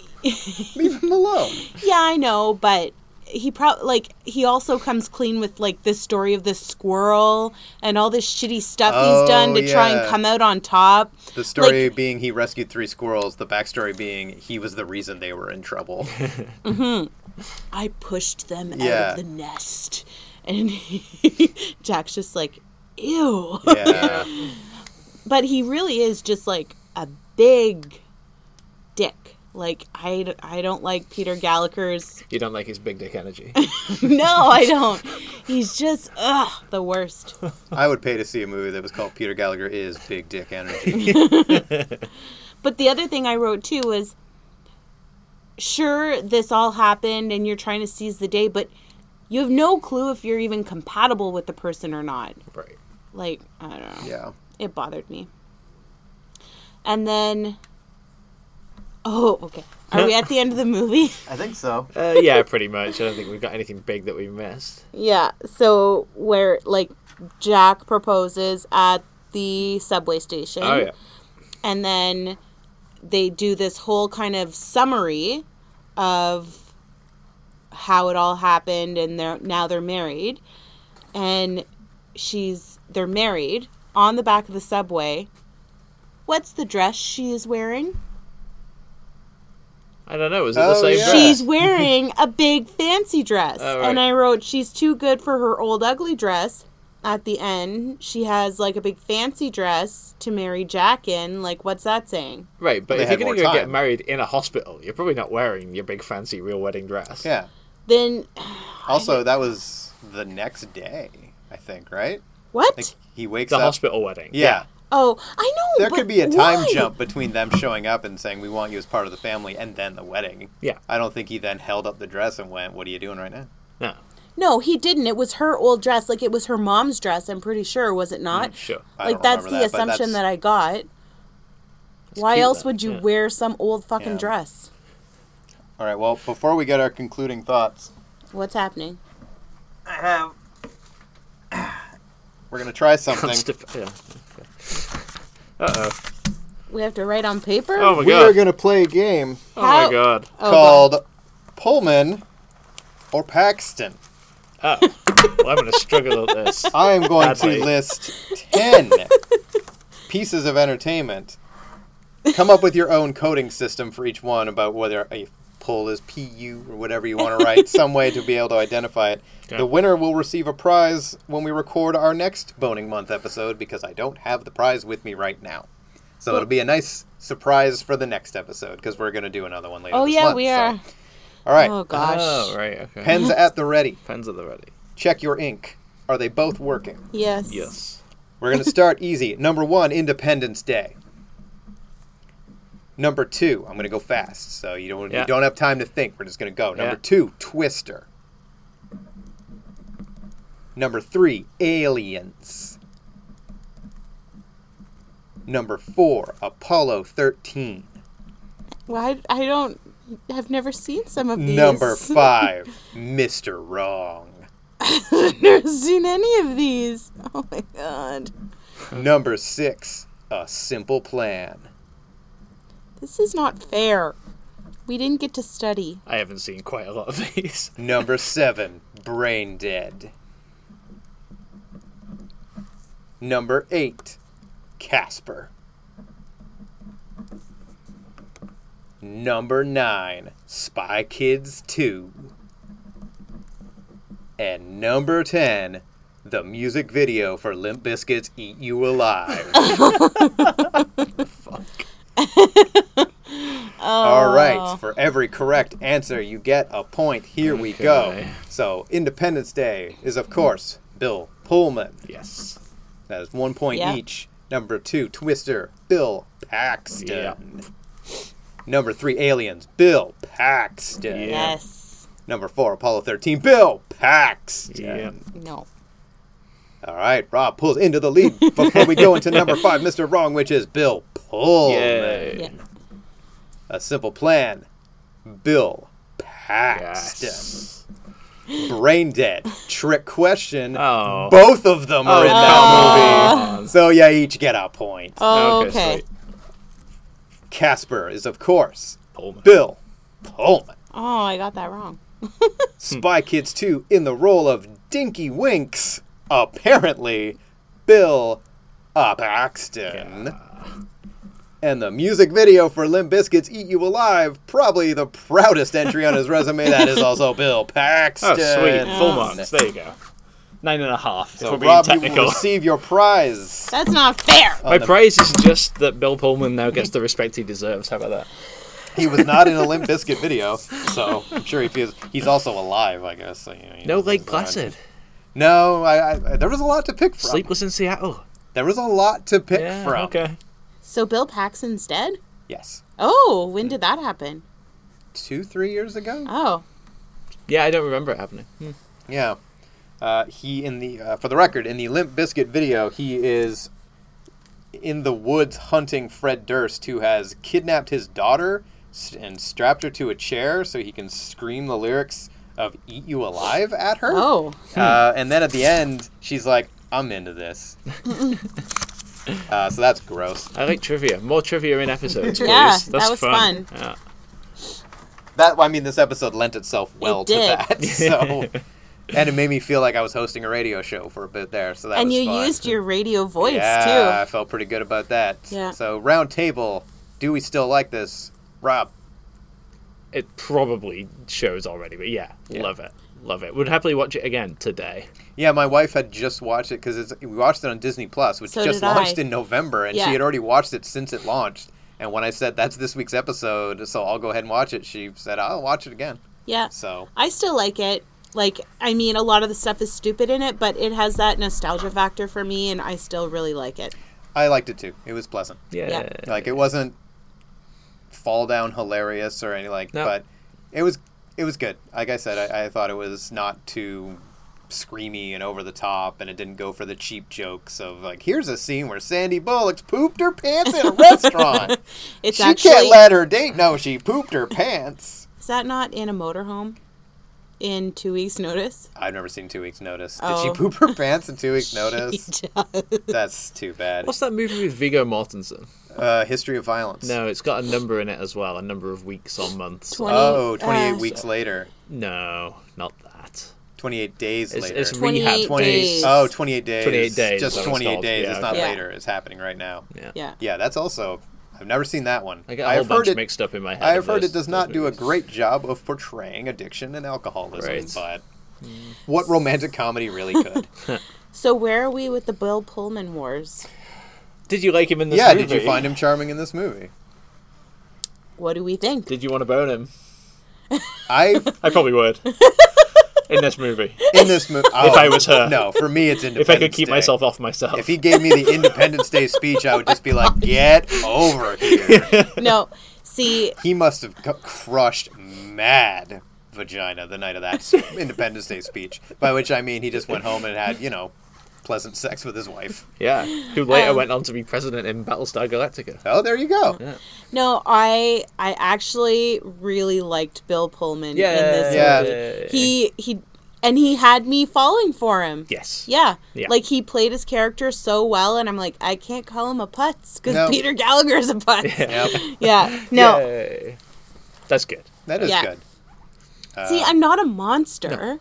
S2: Leave him alone.
S3: Yeah, I know, but he probably like he also comes clean with like this story of this squirrel and all this shitty stuff
S2: Oh,
S3: he's done to try and
S2: yeah.
S3: come out on top.
S2: The story being he rescued three squirrels. The backstory being he was the reason they were in trouble.
S3: I pushed them out
S2: Yeah.
S3: of the nest, and he, Jack's just like, ew.
S2: yeah,
S3: but he really is just like a big dick. Like I, d- I don't like Peter Gallagher's.
S4: You don't like his big dick energy.
S3: No, I don't. He's just ugh the worst.
S2: I would pay to see a movie that was called Peter Gallagher is Big Dick Energy.
S3: But the other thing I wrote too was sure this all happened and you're trying to seize the day, but you have no clue if you're even compatible with the person or not.
S4: right.
S3: Like, I don't know.
S2: Yeah,
S3: It bothered me. And then Oh, okay. Are we at the end of the movie?
S2: I think so.
S4: Uh, yeah, pretty much. I don't think we've got anything big that we missed.
S3: yeah. So where like Jack proposes at the subway station.
S4: Oh yeah.
S3: and then they do this whole kind of summary of how it all happened and they're now they're married and she's they're married on the back of the subway what's the dress she is wearing
S4: I don't know. Is it the
S2: Oh,
S4: same
S2: yeah.
S4: dress?
S3: she's wearing a big fancy dress
S4: Oh, right.
S3: and i wrote she's too good for her old ugly dress at the end she has like a big fancy dress to marry jack in like what's that saying
S4: Right, but
S2: They
S4: if
S2: had
S4: you're going
S2: more
S4: to go get
S2: time.
S4: married in a hospital, you're probably not wearing your big fancy real wedding dress.
S2: Yeah.
S3: then
S2: Also, that was the next day, I think. Right?
S3: what
S2: Like he wakes
S4: The
S2: up.
S4: hospital wedding.
S2: Yeah.
S3: Oh, I know.
S2: There
S3: but
S2: could be a time
S3: why?
S2: jump between them showing up and saying we want you as part of the family and then the wedding.
S4: Yeah.
S2: I don't think he then held up the dress and went, "What are you doing right now?"
S4: No.
S3: No, he didn't. It was her old dress. Like it was her mom's dress. I'm pretty sure, was it not?
S4: Mm, Sure.
S2: I
S3: Like
S2: don't
S3: that's the
S2: remember that, but
S3: assumption
S2: that's-
S3: that I got. Why
S4: cute,
S3: else
S4: though.
S3: would you
S4: Yeah.
S3: wear some old fucking
S2: Yeah.
S3: dress?
S2: All right. Well, before we get our concluding thoughts,
S3: What's happening?
S2: we're gonna try something.
S4: Constip- yeah. Uh oh.
S3: We have to write on paper.
S4: Oh my
S2: we
S4: god.
S2: are gonna play a game
S4: oh my
S3: How-
S4: god.
S3: Oh,
S2: called Pullman or Paxton.
S4: Oh. well, I'm going to struggle with this.
S2: I am going to
S4: Badly.
S2: list ten pieces of entertainment. Come up with your own coding system for each one about whether a pull is PU or whatever you want to write, some way to be able to identify it. The winner will receive a prize when we record our next Boning Month episode because I don't have the prize with me right now. So it'll be a nice surprise for the next episode because we're going to do another one later.
S3: Oh
S2: this
S3: yeah,
S2: month,
S3: we
S2: so-
S3: are.
S2: All right.
S3: Oh gosh.
S4: Oh, right. Okay.
S2: Pens at the ready.
S4: Pens at the ready.
S2: Check your ink. Are they both working?
S3: Yes.
S4: Yes.
S2: We're going to start easy. Number one, Independence Day. Number two, I'm going to go fast, so you don't
S4: Yeah.
S2: you don't have time to think. We're just going to go. Number
S4: Yeah.
S2: two, Twister. Number three, Aliens. Number four, Apollo 13.
S3: Why I don't have never seen some of these.
S2: Number five, Mr. Wrong.
S3: I've never seen any of these. Oh my god.
S2: Number six, A Simple Plan.
S3: This is not fair. We didn't get to study.
S4: I haven't seen quite a lot of these.
S2: Number seven, Brain Dead. Number eight, Casper. Number nine, Spy Kids 2. And number 10, the music video for Limp Bizkit's Eat You Alive.
S4: Fuck.
S2: All right. For every correct answer, you get a point. Here we go.
S4: Okay.
S2: So Independence Day is, of course, Bill Pullman.
S4: Yes.
S2: That is one point
S3: Yeah.
S2: each. Number two, Twister, Bill Paxton.
S4: Yeah.
S2: Number three, Aliens, Bill Paxton.
S4: Yeah.
S3: Yes.
S2: Number four, Apollo 13, Bill Paxton.
S4: Yeah.
S3: No.
S2: All right, Rob pulls into the lead before we go into number five, Mr. Wrong, which is Bill Pullman.
S4: Yay.
S3: Yeah.
S2: A simple plan, Bill Paxton.
S4: Yes.
S2: Brain Dead, Trick Question.
S4: Oh.
S2: Both of them are in that
S4: Come on.
S2: movie. So yeah, each get a point.
S3: Oh,
S4: Okay,
S3: okay.
S4: sweet.
S2: Casper is of course
S4: Pullman.
S2: Bill Pullman.
S3: Oh, I got that wrong.
S2: Hmm. Spy Kids 2 in the role of Dinky Winks, apparently Bill uh, Paxton. And the music video for Limp Bizkit's Eat You Alive, probably the proudest entry on his resume. That is also Bill Paxton.
S4: Oh, sweet. Full marks. There you go. Nine and a half. If
S2: So
S4: we're being
S2: Rob, you will
S4: technical.
S2: receive your prize.
S3: That's not fair.
S4: My praise is just that Bill Pullman now gets the respect he deserves. How about that?
S2: he was not in a Limp Biscuit video, so I'm sure he feels he's also alive. I guess. So, you know, he
S4: No
S2: knows
S4: Lake
S2: he's not.
S4: Placid.
S2: No, I, I there was a lot to pick from.
S4: Sleepless in Seattle.
S2: There was a lot to pick
S4: Yeah.
S2: from.
S4: Okay.
S3: So Bill Paxton's dead?
S2: Yes,
S3: Oh, when did that happen?
S2: two three years ago.
S3: Oh.
S4: Yeah, I don't remember it happening.
S2: Yeah. Uh, he in the uh, for the record in the Limp Biscuit video he is in the woods hunting Fred Durst who has kidnapped his daughter s- and strapped her to a chair so he can scream the lyrics of "Eat You Alive" at her.
S3: Oh.
S2: Uh, and then at the end, she's like, "I'm into this." uh, so that's gross.
S4: I like trivia. More trivia in episodes, please.
S3: Yeah,
S4: That's
S3: that was
S4: fun.
S3: fun.
S4: Yeah.
S2: That I mean, this episode lent itself well to
S3: did.
S2: that. So, and it made me feel like I was hosting a radio show for a bit there. So that
S3: and
S2: was
S3: you
S2: fun.
S3: used your radio voice
S2: yeah, I
S3: too.
S2: felt pretty good about that.
S3: Yeah.
S2: So round table, do we still like this, Rob?
S4: It probably shows already, but yeah,
S2: Yeah.
S4: love it. Love it. Would happily watch it again today.
S2: Yeah, my wife had just watched it because we watched it on Disney Plus, which
S3: So
S2: just
S3: did I.
S2: launched in November, and
S3: Yeah.
S2: she had already watched it since it launched. And when I said that's this week's episode, so I'll go ahead and watch it, she said I'll watch it again.
S3: Yeah.
S2: So
S3: I still like it. Like, I mean, a lot of the stuff is stupid in it, but it has that nostalgia factor for me, and I still really like it.
S2: I liked it too. It was pleasant.
S4: Yeah.
S2: Like it wasn't fall down hilarious or any like,
S4: No.
S2: but it was it was good. Like I said, I, I thought it was not too screamy and over the top, and it didn't go for the cheap jokes of like here's a scene where Sandy Bullock's pooped her pants in a restaurant.
S3: It's
S2: she
S3: actually
S2: can't let her date know she pooped her pants.
S3: is that not in a motorhome? In two weeks' notice,
S2: I've never seen Two Weeks Notice. Did
S3: Oh.
S2: she poop her pants in Two Weeks Notice?
S3: She does.
S2: That's too bad.
S4: What's that movie with Vigo Mortensen?
S2: Uh, History of Violence.
S4: No, it's got a number in it as well, a number of weeks or months.
S3: Twenty-
S2: Oh, 28
S3: uh,
S2: weeks later.
S4: No, not that.
S2: 28 days
S4: It's,
S2: later.
S4: it's rehab
S3: 28
S4: days.
S3: days.
S2: Oh, 28 days.
S4: 28 days,
S2: Just
S4: that's what it's
S2: 28
S4: called.
S2: days.
S4: Yeah,
S2: It's not
S3: okay.
S2: later. It's happening right now.
S4: Yeah.
S3: yeah.
S2: Yeah, that's also. I've never seen that one.
S4: I got a
S2: I
S4: whole
S2: have heard
S4: bunch
S2: it-
S4: mixed up in my head.
S2: I have
S4: of
S2: heard
S4: those-
S2: it does
S4: those
S2: not do a
S4: movies.
S2: great job of portraying addiction and alcoholism,
S4: Right. Mm.
S2: but what romantic comedy really could?
S3: So where are we with the Bill Pullman wars?
S4: Did you like him in this
S2: yeah,
S4: movie?
S2: did you find him charming in this movie?
S3: What do we think?
S4: Did you want to bone him?
S2: I
S4: I probably would. in this movie,
S2: in this movie.
S4: If I was her.
S2: no, for me it's Independence.
S4: if I could keep
S2: Day.
S4: myself off myself.
S2: If he gave me the Independence Day speech, I would just be like, "Get over here."
S3: no. See,
S2: He must have cu- crushed mad vagina the night of that s- Independence Day speech. By which I mean he just went home and had you know pleasant sex with his wife.
S4: yeah, who later
S3: Um,
S4: went on to be president in Battlestar Galactica.
S2: Oh, there you go.
S3: no, I I actually really liked Bill Pullman in this
S2: Yeah.
S3: movie. He he and he had me falling for him.
S4: Yes.
S3: Yeah.
S4: Yeah.
S3: Like he played his character so well and I'm like I can't call him a putz cuz
S2: No.
S3: Peter Gallagher's a putz. Yeah.
S2: Yep,
S3: No.
S4: Yay. That's good.
S2: that is
S3: Yeah.
S2: good.
S3: See, I'm not a monster.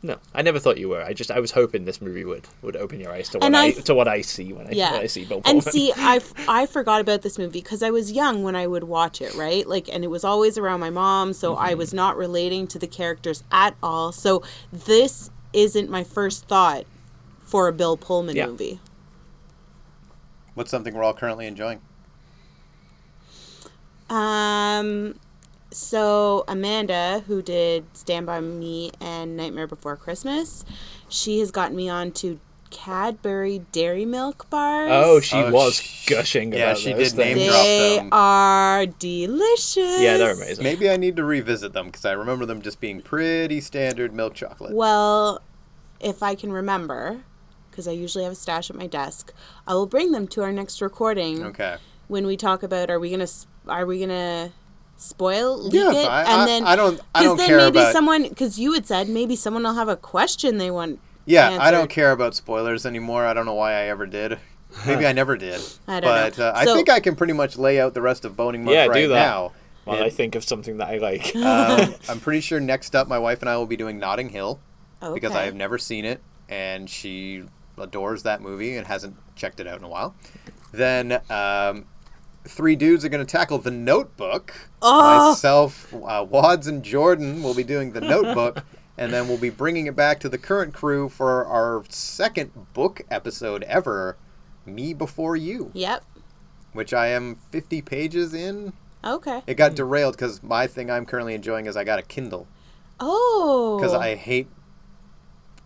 S4: No, I never thought you were. I just I was hoping this movie would would open your eyes to what
S3: And
S4: I,
S3: I-
S4: to what I see when I when I see Bill Pullman.
S3: and see, I, f- I forgot about this movie because I was young when I would watch it, right? Like, and it was always around my mom, so I
S4: Mm-hmm.
S3: was not relating to the characters at all. So this isn't my first thought for a Bill Pullman
S4: Yeah.
S3: movie.
S2: What's something we're all currently enjoying?
S3: Um, so Amanda, who did Stand by Me and Nightmare Before Christmas, she has gotten me on to Cadbury Dairy Milk bars.
S4: oh, she
S2: Oh,
S4: was
S2: sh-
S4: gushing
S2: yeah,
S4: about
S2: she
S4: those
S2: did name
S4: things.
S2: drop
S3: they
S2: them.
S3: are delicious.
S4: Yeah, they're amazing.
S2: Maybe I need to revisit them because I remember them just being pretty standard milk chocolate.
S3: Well, if I can remember, because I usually have a stash at my desk, I will bring them to our next recording
S2: Okay.
S3: when we talk about are we gonna s- are we gonna spoil leak
S2: Yeah,
S3: it
S2: I,
S3: and
S2: I-
S3: then
S2: I don't. I
S3: because
S2: don't
S3: then
S2: care
S3: maybe
S2: about.
S3: someone because you had said maybe someone will have a question they want.
S2: yeah, I
S3: answered.
S2: don't care about spoilers anymore. I don't know why I ever did. Maybe I never did.
S3: I don't
S2: but
S3: know.
S2: Uh, I
S3: So-
S2: think I can pretty much lay out the rest of boning month
S4: Yeah, do
S2: right
S4: that.
S2: now.
S4: While I think of something that I like.
S2: Um, I'm pretty sure next up, my wife and I will be doing Notting Hill
S3: Okay.
S2: because I have never seen it, and she adores that movie and hasn't checked it out in a while. Then um, three dudes are going to tackle The Notebook.
S3: Oh.
S2: Myself, uh, Wads, and Jordan will be doing The Notebook, and then we'll be bringing it back to the current crew for our second book episode ever, Me Before You,
S3: Yep.
S2: which I am 50 pages in.
S3: Okay.
S2: It got derailed because my thing I'm currently enjoying is I got a Kindle
S3: Oh.
S2: because I hate.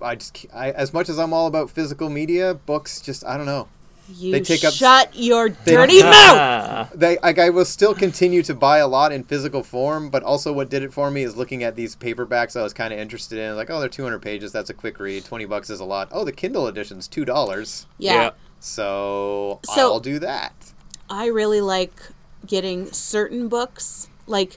S2: I just ca- I, as much as I'm all about physical media, books just I don't know.
S3: you
S2: they take up-
S3: shut your dirty mouth.
S4: Ah.
S2: They like I will still continue to buy a lot in physical form, but also what did it for me is looking at these paperbacks I was kind of interested in. Like oh, they're 200 pages, that's a quick read. 20 bucks is a lot. Oh, the Kindle edition's two dollars,
S3: yeah.
S2: so,
S3: So-
S2: I'll do that.
S3: I really like getting certain books. Like,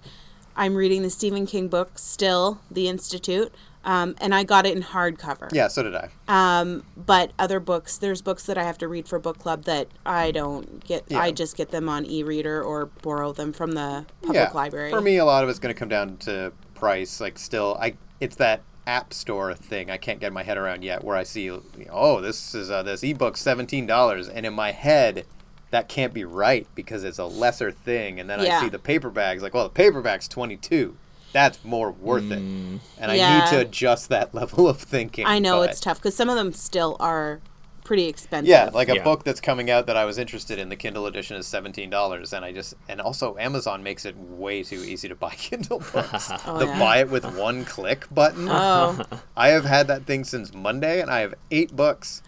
S3: I'm reading the Stephen King book still, The Institute, um, and I got it in hardcover.
S2: Yeah, so did I.
S3: But other books, there's books that I have to read for book club that I don't get. I just get them on e-reader or borrow them from the public
S2: yeah,
S3: library.
S2: for me, a lot of it's going to come down to price. Like still, I it's that app store thing I can't get my head around yet, where I see, you know, oh, this is uh, this ebook seventeen dollars, and in my head, that can't be right because it's a lesser thing, and then I
S3: Yeah.
S2: see the paperbacks, like, well, the paperback's twenty two. That's more worth it, and I
S3: Yeah.
S2: need to adjust that level of thinking.
S3: I know
S2: but-
S3: it's tough because some of them still are pretty expensive.
S2: yeah, like a
S4: Yeah.
S2: book that's coming out that I was interested in. The Kindle edition is seventeen dollars, and I just and also Amazon makes it way too easy to buy Kindle books.
S3: Oh,
S2: the
S3: yeah.
S2: buy it with one click button.
S3: oh,
S2: I have had that thing since Monday, and I have eight books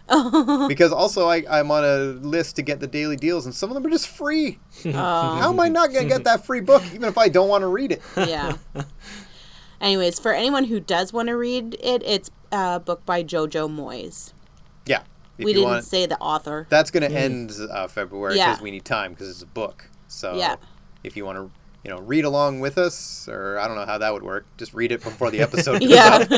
S2: because also I, I'm on a list to get the daily deals, and some of them are just free.
S3: Oh.
S2: How am I not going to get that free book even if I don't want to read it?
S3: yeah. Anyways, for anyone who does want to read it, it's uh, a book by Jojo Moyes.
S2: Yeah, if
S3: we
S2: you
S3: didn't
S2: want,
S3: say the author.
S2: that's going to end uh, February
S3: Mm. Yeah.
S2: because we need time because it's a book. So
S3: Yeah.
S2: if you want to, you know, read along with us, or I don't know how that would work. Just read it before the episode. comes
S3: Yeah.
S2: out.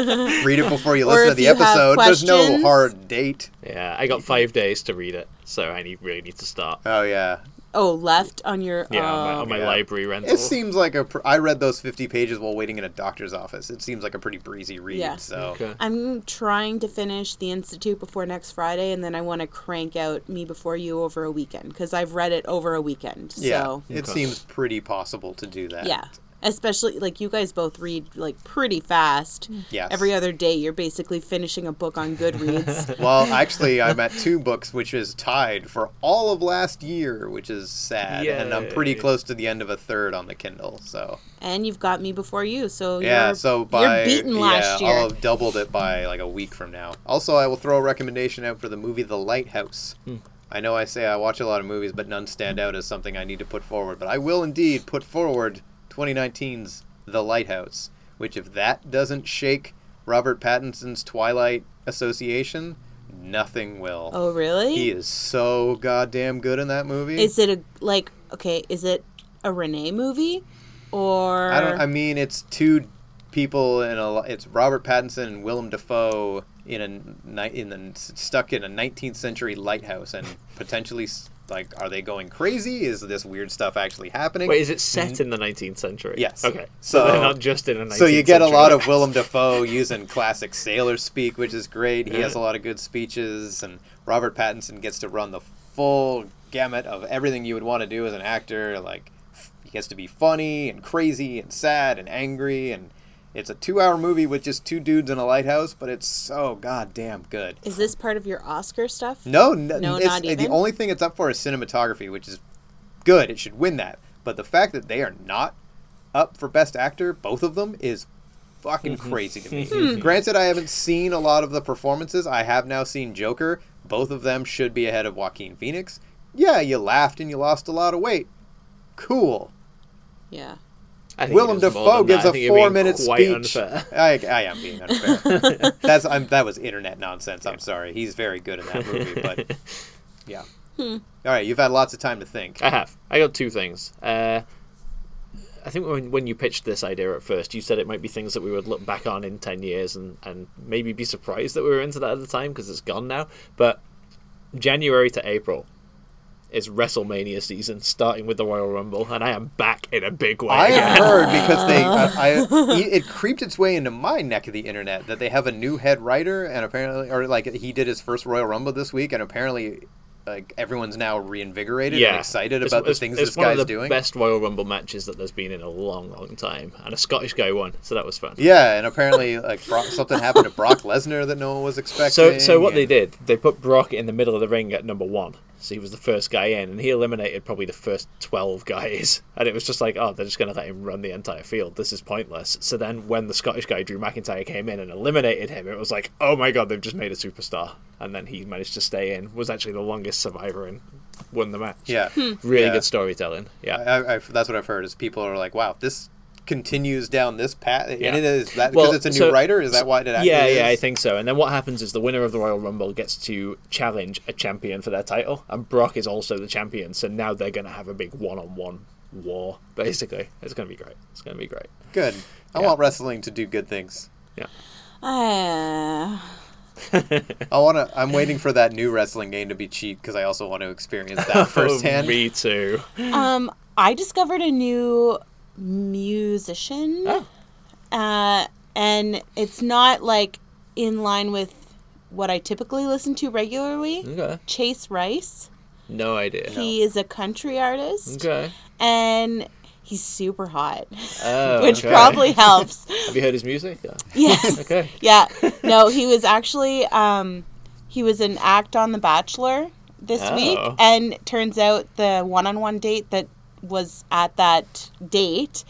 S2: read it before you
S3: Or
S2: listen to
S3: if
S2: the
S3: you have
S2: episode. There's no
S3: questions.
S2: hard date.
S4: Yeah, I got five days to read it, so I need, really need to start.
S2: Oh yeah,
S3: Oh, left on your.
S4: Yeah, on my,
S3: oh.
S4: on my
S2: yeah.
S4: library rental.
S2: It seems like a. Pr- I read those 50 pages while waiting in a doctor's office. It seems like a pretty breezy read.
S3: Yeah.
S2: So
S4: Okay.
S3: I'm trying to finish the institute before next Friday, and then I want to crank out Me Before You over a weekend because I've read it over a weekend.
S2: yeah,
S3: So
S2: it
S4: Okay.
S2: seems pretty possible to do that.
S3: yeah, especially like you guys both read like pretty fast.
S4: Mm.
S2: Yes.
S3: Every other day, you're basically finishing a book on Goodreads.
S2: Well, actually, I'm at two books, which is tied for all of last year, which is sad. And I'm pretty
S4: Yay.
S2: close to the end of a third on the Kindle. So
S3: and you've got Me Before You, so
S2: yeah,
S3: you're,
S2: so by
S3: you're beaten last
S2: yeah,
S3: year.
S2: I'll have doubled it by like a week from now. Also, I will throw a recommendation out for the movie The Lighthouse.
S3: Hmm.
S2: I know I say I watch a lot of movies, but none stand out as something I need to put forward. But I will indeed put forward 2019's The Lighthouse, which if that doesn't shake Robert Pattinson's Twilight association, nothing will.
S3: oh, really?
S2: He is so goddamn good in that movie.
S3: Is it a like okay? Is it a Renee movie, or
S2: I don't. I mean, it's two people in a. It's Robert Pattinson and Willem Dafoe in a ni- in the stuck in a 19th century lighthouse, and potentially s- like, are they going crazy? Is this weird stuff actually happening?
S4: Wait, is it set in the 19th century?
S2: Mhm. Yes.
S4: Okay.
S2: So-
S4: So, they're not just in a 19th
S2: so you get a
S4: century.
S2: lot of Willem Dafoe using classic sailor speak, which is great. He has a lot of good speeches, and Robert Pattinson gets to run the full gamut of everything you would want to do as an actor. Like f- he gets to be funny and crazy and sad and angry, and it's a two-hour movie with just two dudes in a lighthouse, but it's so goddamn good.
S3: is this part of your Oscar stuff?
S2: No, no,
S3: No,
S2: it's,
S3: not
S2: the
S3: even?
S2: only thing it's up for is cinematography, which is good. It should win that. But the fact that they are not up for best actor, both of them, is fucking crazy to
S3: Hmm.
S2: me. Granted, I haven't seen a lot of the performances. I have now seen Joker. Both of them should be ahead of Joaquin Phoenix. Yeah, you laughed and you lost a lot of weight. Cool.
S3: Yeah.
S4: I think
S2: Willem
S4: it is more
S2: Dafoe
S4: than
S2: gives
S4: that. I
S2: a
S4: think you're being
S2: four-minute
S4: quite
S2: speech.
S4: unfair.
S2: I, I am being unfair. That's I'm, that was internet nonsense. I'm sorry. He's very good in that movie, but yeah. All right, you've had lots of time to think.
S4: I have. I got two things. Uh, I think when, when you pitched this idea at first, you said it might be things that we would look back on in 10 years and, and maybe be surprised that we were into that at the time because it's gone now. But January to April is WrestleMania season, starting with the Royal Rumble, and I am back in a big way.
S2: I
S4: again.
S2: have heard because they, I, I, it creeped its way into my neck of the internet that they have a new head writer, and apparently, or like he did his first Royal Rumble this week, and apparently, like everyone's now reinvigorated and excited
S4: It's-
S2: about the
S4: it's-
S2: things
S4: it's
S2: this
S4: one
S2: guy's
S4: of the
S2: doing.
S4: Best Royal Rumble matches that there's been in a long, long time, and a Scottish guy won, so that was fun.
S2: Yeah, and apparently, like Brock, something happened to Brock Lesnar that no one was expecting.
S4: So, so what they
S2: and-
S4: did, they put Brock in the middle of the ring at number one. So he was the first guy in, and he eliminated probably the first twelve guys. And it was just like, oh, they're just going to let him run the entire field. This is pointless. So then, when the Scottish guy Drew McIntyre came in and eliminated him, it was like, oh my god, they've just made a superstar. And then he managed to stay in, was actually the longest survivor, and won the match.
S2: Yeah,
S4: really
S2: Yeah.
S4: good storytelling. Yeah.
S2: I, I, that's what I've heard. Is people are like, "Wow, this continues down this path."
S4: Yeah.
S2: And it is that because
S4: Well,
S2: it's a new
S4: so-
S2: writer. Is that why it actually
S4: yeah, yeah, I
S2: is?
S4: think so. And then what happens is the winner of the Royal Rumble gets to challenge a champion for their title, and Brock is also the champion. So now they're going to have a big one-on-one war. Basically, it's going to be great. It's going to be great.
S2: good. I
S4: Yeah.
S2: want wrestling to do good things.
S4: Yeah.
S3: Ah.
S2: I want to. I'm waiting for that new wrestling game to be cheap because I also want to experience that firsthand.
S4: Oh, me too.
S3: um, I discovered a new musician.
S4: Oh.
S3: Uh, and it's not like in line with what I typically listen to regularly.
S4: Okay.
S3: Chase Rice.
S4: Hmm. No idea.
S3: He is a country artist.
S4: Okay.
S3: And he's super hot,
S4: Oh,
S3: which
S4: okay.
S3: probably helps.
S4: Have you heard his music? Yeah.
S3: Yes.
S4: Okay.
S3: Yeah. No, he was actually um, he was an act on The Bachelor this
S4: Oh.
S3: week, and turns out the one-on-one date that was at that date,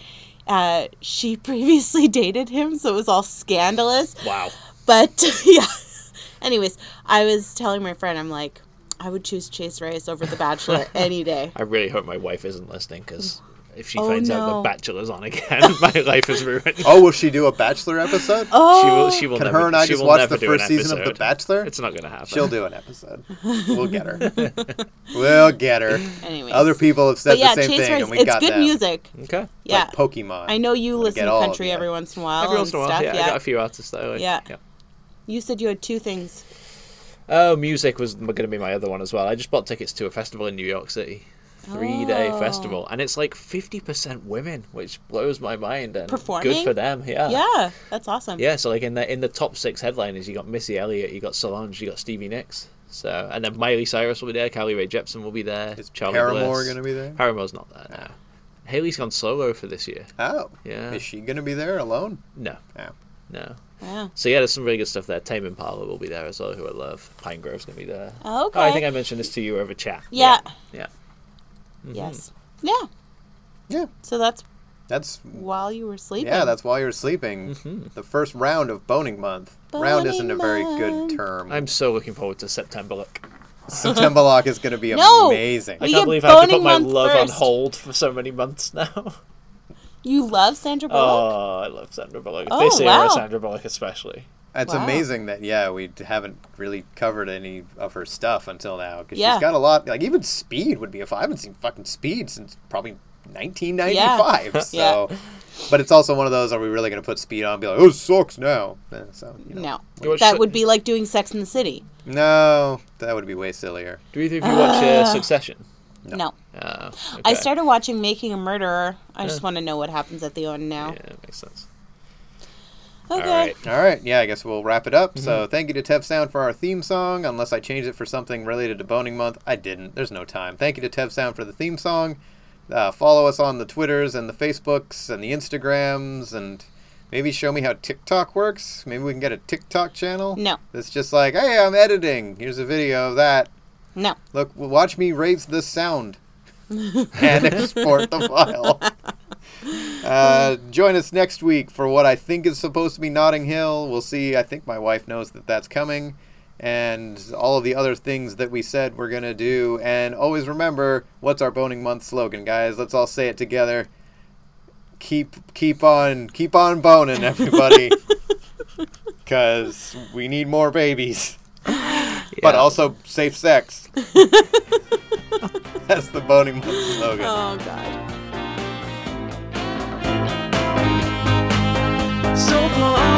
S3: uh, she previously dated him, so it was all scandalous.
S4: Wow.
S3: But yeah. Anyways, I was telling my friend, I'm like, I would choose Chase Rice over The Bachelor any day.
S4: I really hope my wife isn't listening because if she
S3: Oh,
S4: finds out
S3: no.
S4: the Bachelor's on again, my life is ruined.
S2: Oh, will she do a Bachelor episode?
S3: Oh,
S4: She will. She will
S2: Can
S4: never.
S2: her and I
S4: she
S2: just
S4: will
S2: watch
S4: never
S2: the
S4: do an
S2: first season of The
S4: episode.
S2: Bachelor?
S4: It's not going to happen.
S2: She'll do an episode. We'll get her. we'll get her.
S3: Oh. Anyways.
S2: Other people have said
S3: but yeah,
S2: the same
S3: Chase
S2: thing,
S3: Rice,
S2: and we
S3: it's
S2: got
S3: good
S2: them.
S3: music.
S4: Okay.
S3: Yeah.
S2: Like Pokemon.
S3: I know you
S2: We'll
S3: listen
S2: get
S3: to
S2: all of
S3: country
S2: them.
S3: every once in a while
S4: Every
S3: and
S4: once in a while,
S3: stuff.
S4: yeah, I got a few artists that I like.
S3: Yeah. You said you had two things.
S4: Oh, music was going to be my other one as well. I just bought tickets to a festival in New York City three day
S3: Oh.
S4: festival, and it's like fifty percent women, which blows my mind. And good
S3: Performing?
S4: for them, yeah.
S3: Yeah, that's awesome.
S4: Yeah, so like in the in the top six headliners, you got Missy Elliott, you got Solange, you got Stevie Nicks. So and then Miley Cyrus will be there, Carly Rae Jepsen will be there.
S2: Is
S4: Charlie
S2: Paramore
S4: Bliss.
S2: gonna be there?
S4: Paramore's not there now. Haley's gone solo for this year.
S2: Oh,
S4: Yeah.
S2: Is she gonna be there alone?
S4: No,
S2: Oh.
S4: no.
S3: Yeah.
S4: So yeah, there's some really good stuff there. Tame Impala will be there as well, who I love. Pinegrove's gonna be there.
S3: Oh, okay.
S4: Oh, I think I mentioned this to you over chat.
S3: Yeah.
S4: Yeah.
S3: Yes.
S4: Mm-hmm.
S3: Yeah.
S2: Yeah,
S3: So that's
S2: that's
S3: while you were sleeping.
S2: yeah, that's while you're sleeping.
S4: Mm-hmm.
S2: The first round of boning month. round isn't a very
S3: Boning
S2: good
S3: month.
S2: term.
S4: I'm so looking forward to September look.
S2: September lock is gonna be
S3: No!
S2: amazing.
S4: I
S3: We
S4: can't
S3: get
S4: believe I have to
S3: boning
S4: put my
S3: month
S4: love on
S3: first. Oh,
S4: hold for so many months now.
S3: you love Sandra Bullock.
S4: Oh, I love Sandra Bullock.
S3: Oh,
S4: this era,
S3: wow.
S4: Sandra Bullock especially.
S2: It's
S3: Wow.
S2: amazing that yeah we haven't really covered any of her stuff until now because
S3: Yeah.
S2: she's got a lot. Like even Speed would be if I haven't seen fucking Speed since probably 1995. So, but it's also one of those: Are we really going to put Speed on? and Be like, oh, it sucks now. Eh, So you know.
S3: No,
S4: You watch
S3: that
S4: Se-
S3: would be like doing Sex in the City.
S2: no, that would be way sillier.
S4: Do either of you watch uh, Succession?
S3: No,
S4: Oh,
S3: I
S4: okay.
S3: started watching Making a Murderer. I just want to know what happens at the end now.
S4: Yeah, that makes sense.
S3: Okay.
S4: All right.
S2: All right, yeah, I guess we'll wrap it up. So thank you to Tev Sound for our theme song, unless I changed it for something related to Boning Month. I didn't. There's no time. Thank you to Tev Sound for the theme song. Uh, follow us on the Twitters and the Facebooks and the Instagrams and maybe show me how TikTok works. Maybe we can get a TikTok channel.
S3: No.
S2: That's just like, hey, I'm editing. Here's a video of that.
S3: No.
S2: Look, watch me raise the sound and export the file. Uh, join us next week for what I think is supposed to be Notting Hill. We'll see. I think my wife knows that that's coming. And all of the other things that we said we're going to do. And always remember what's our boning month slogan, guys? Let's all say it together. Keep keep on keep on boning everybody cuz we need more babies but
S4: Yeah.
S2: also safe sex. That's the boning month slogan.
S3: Oh God.
S1: So far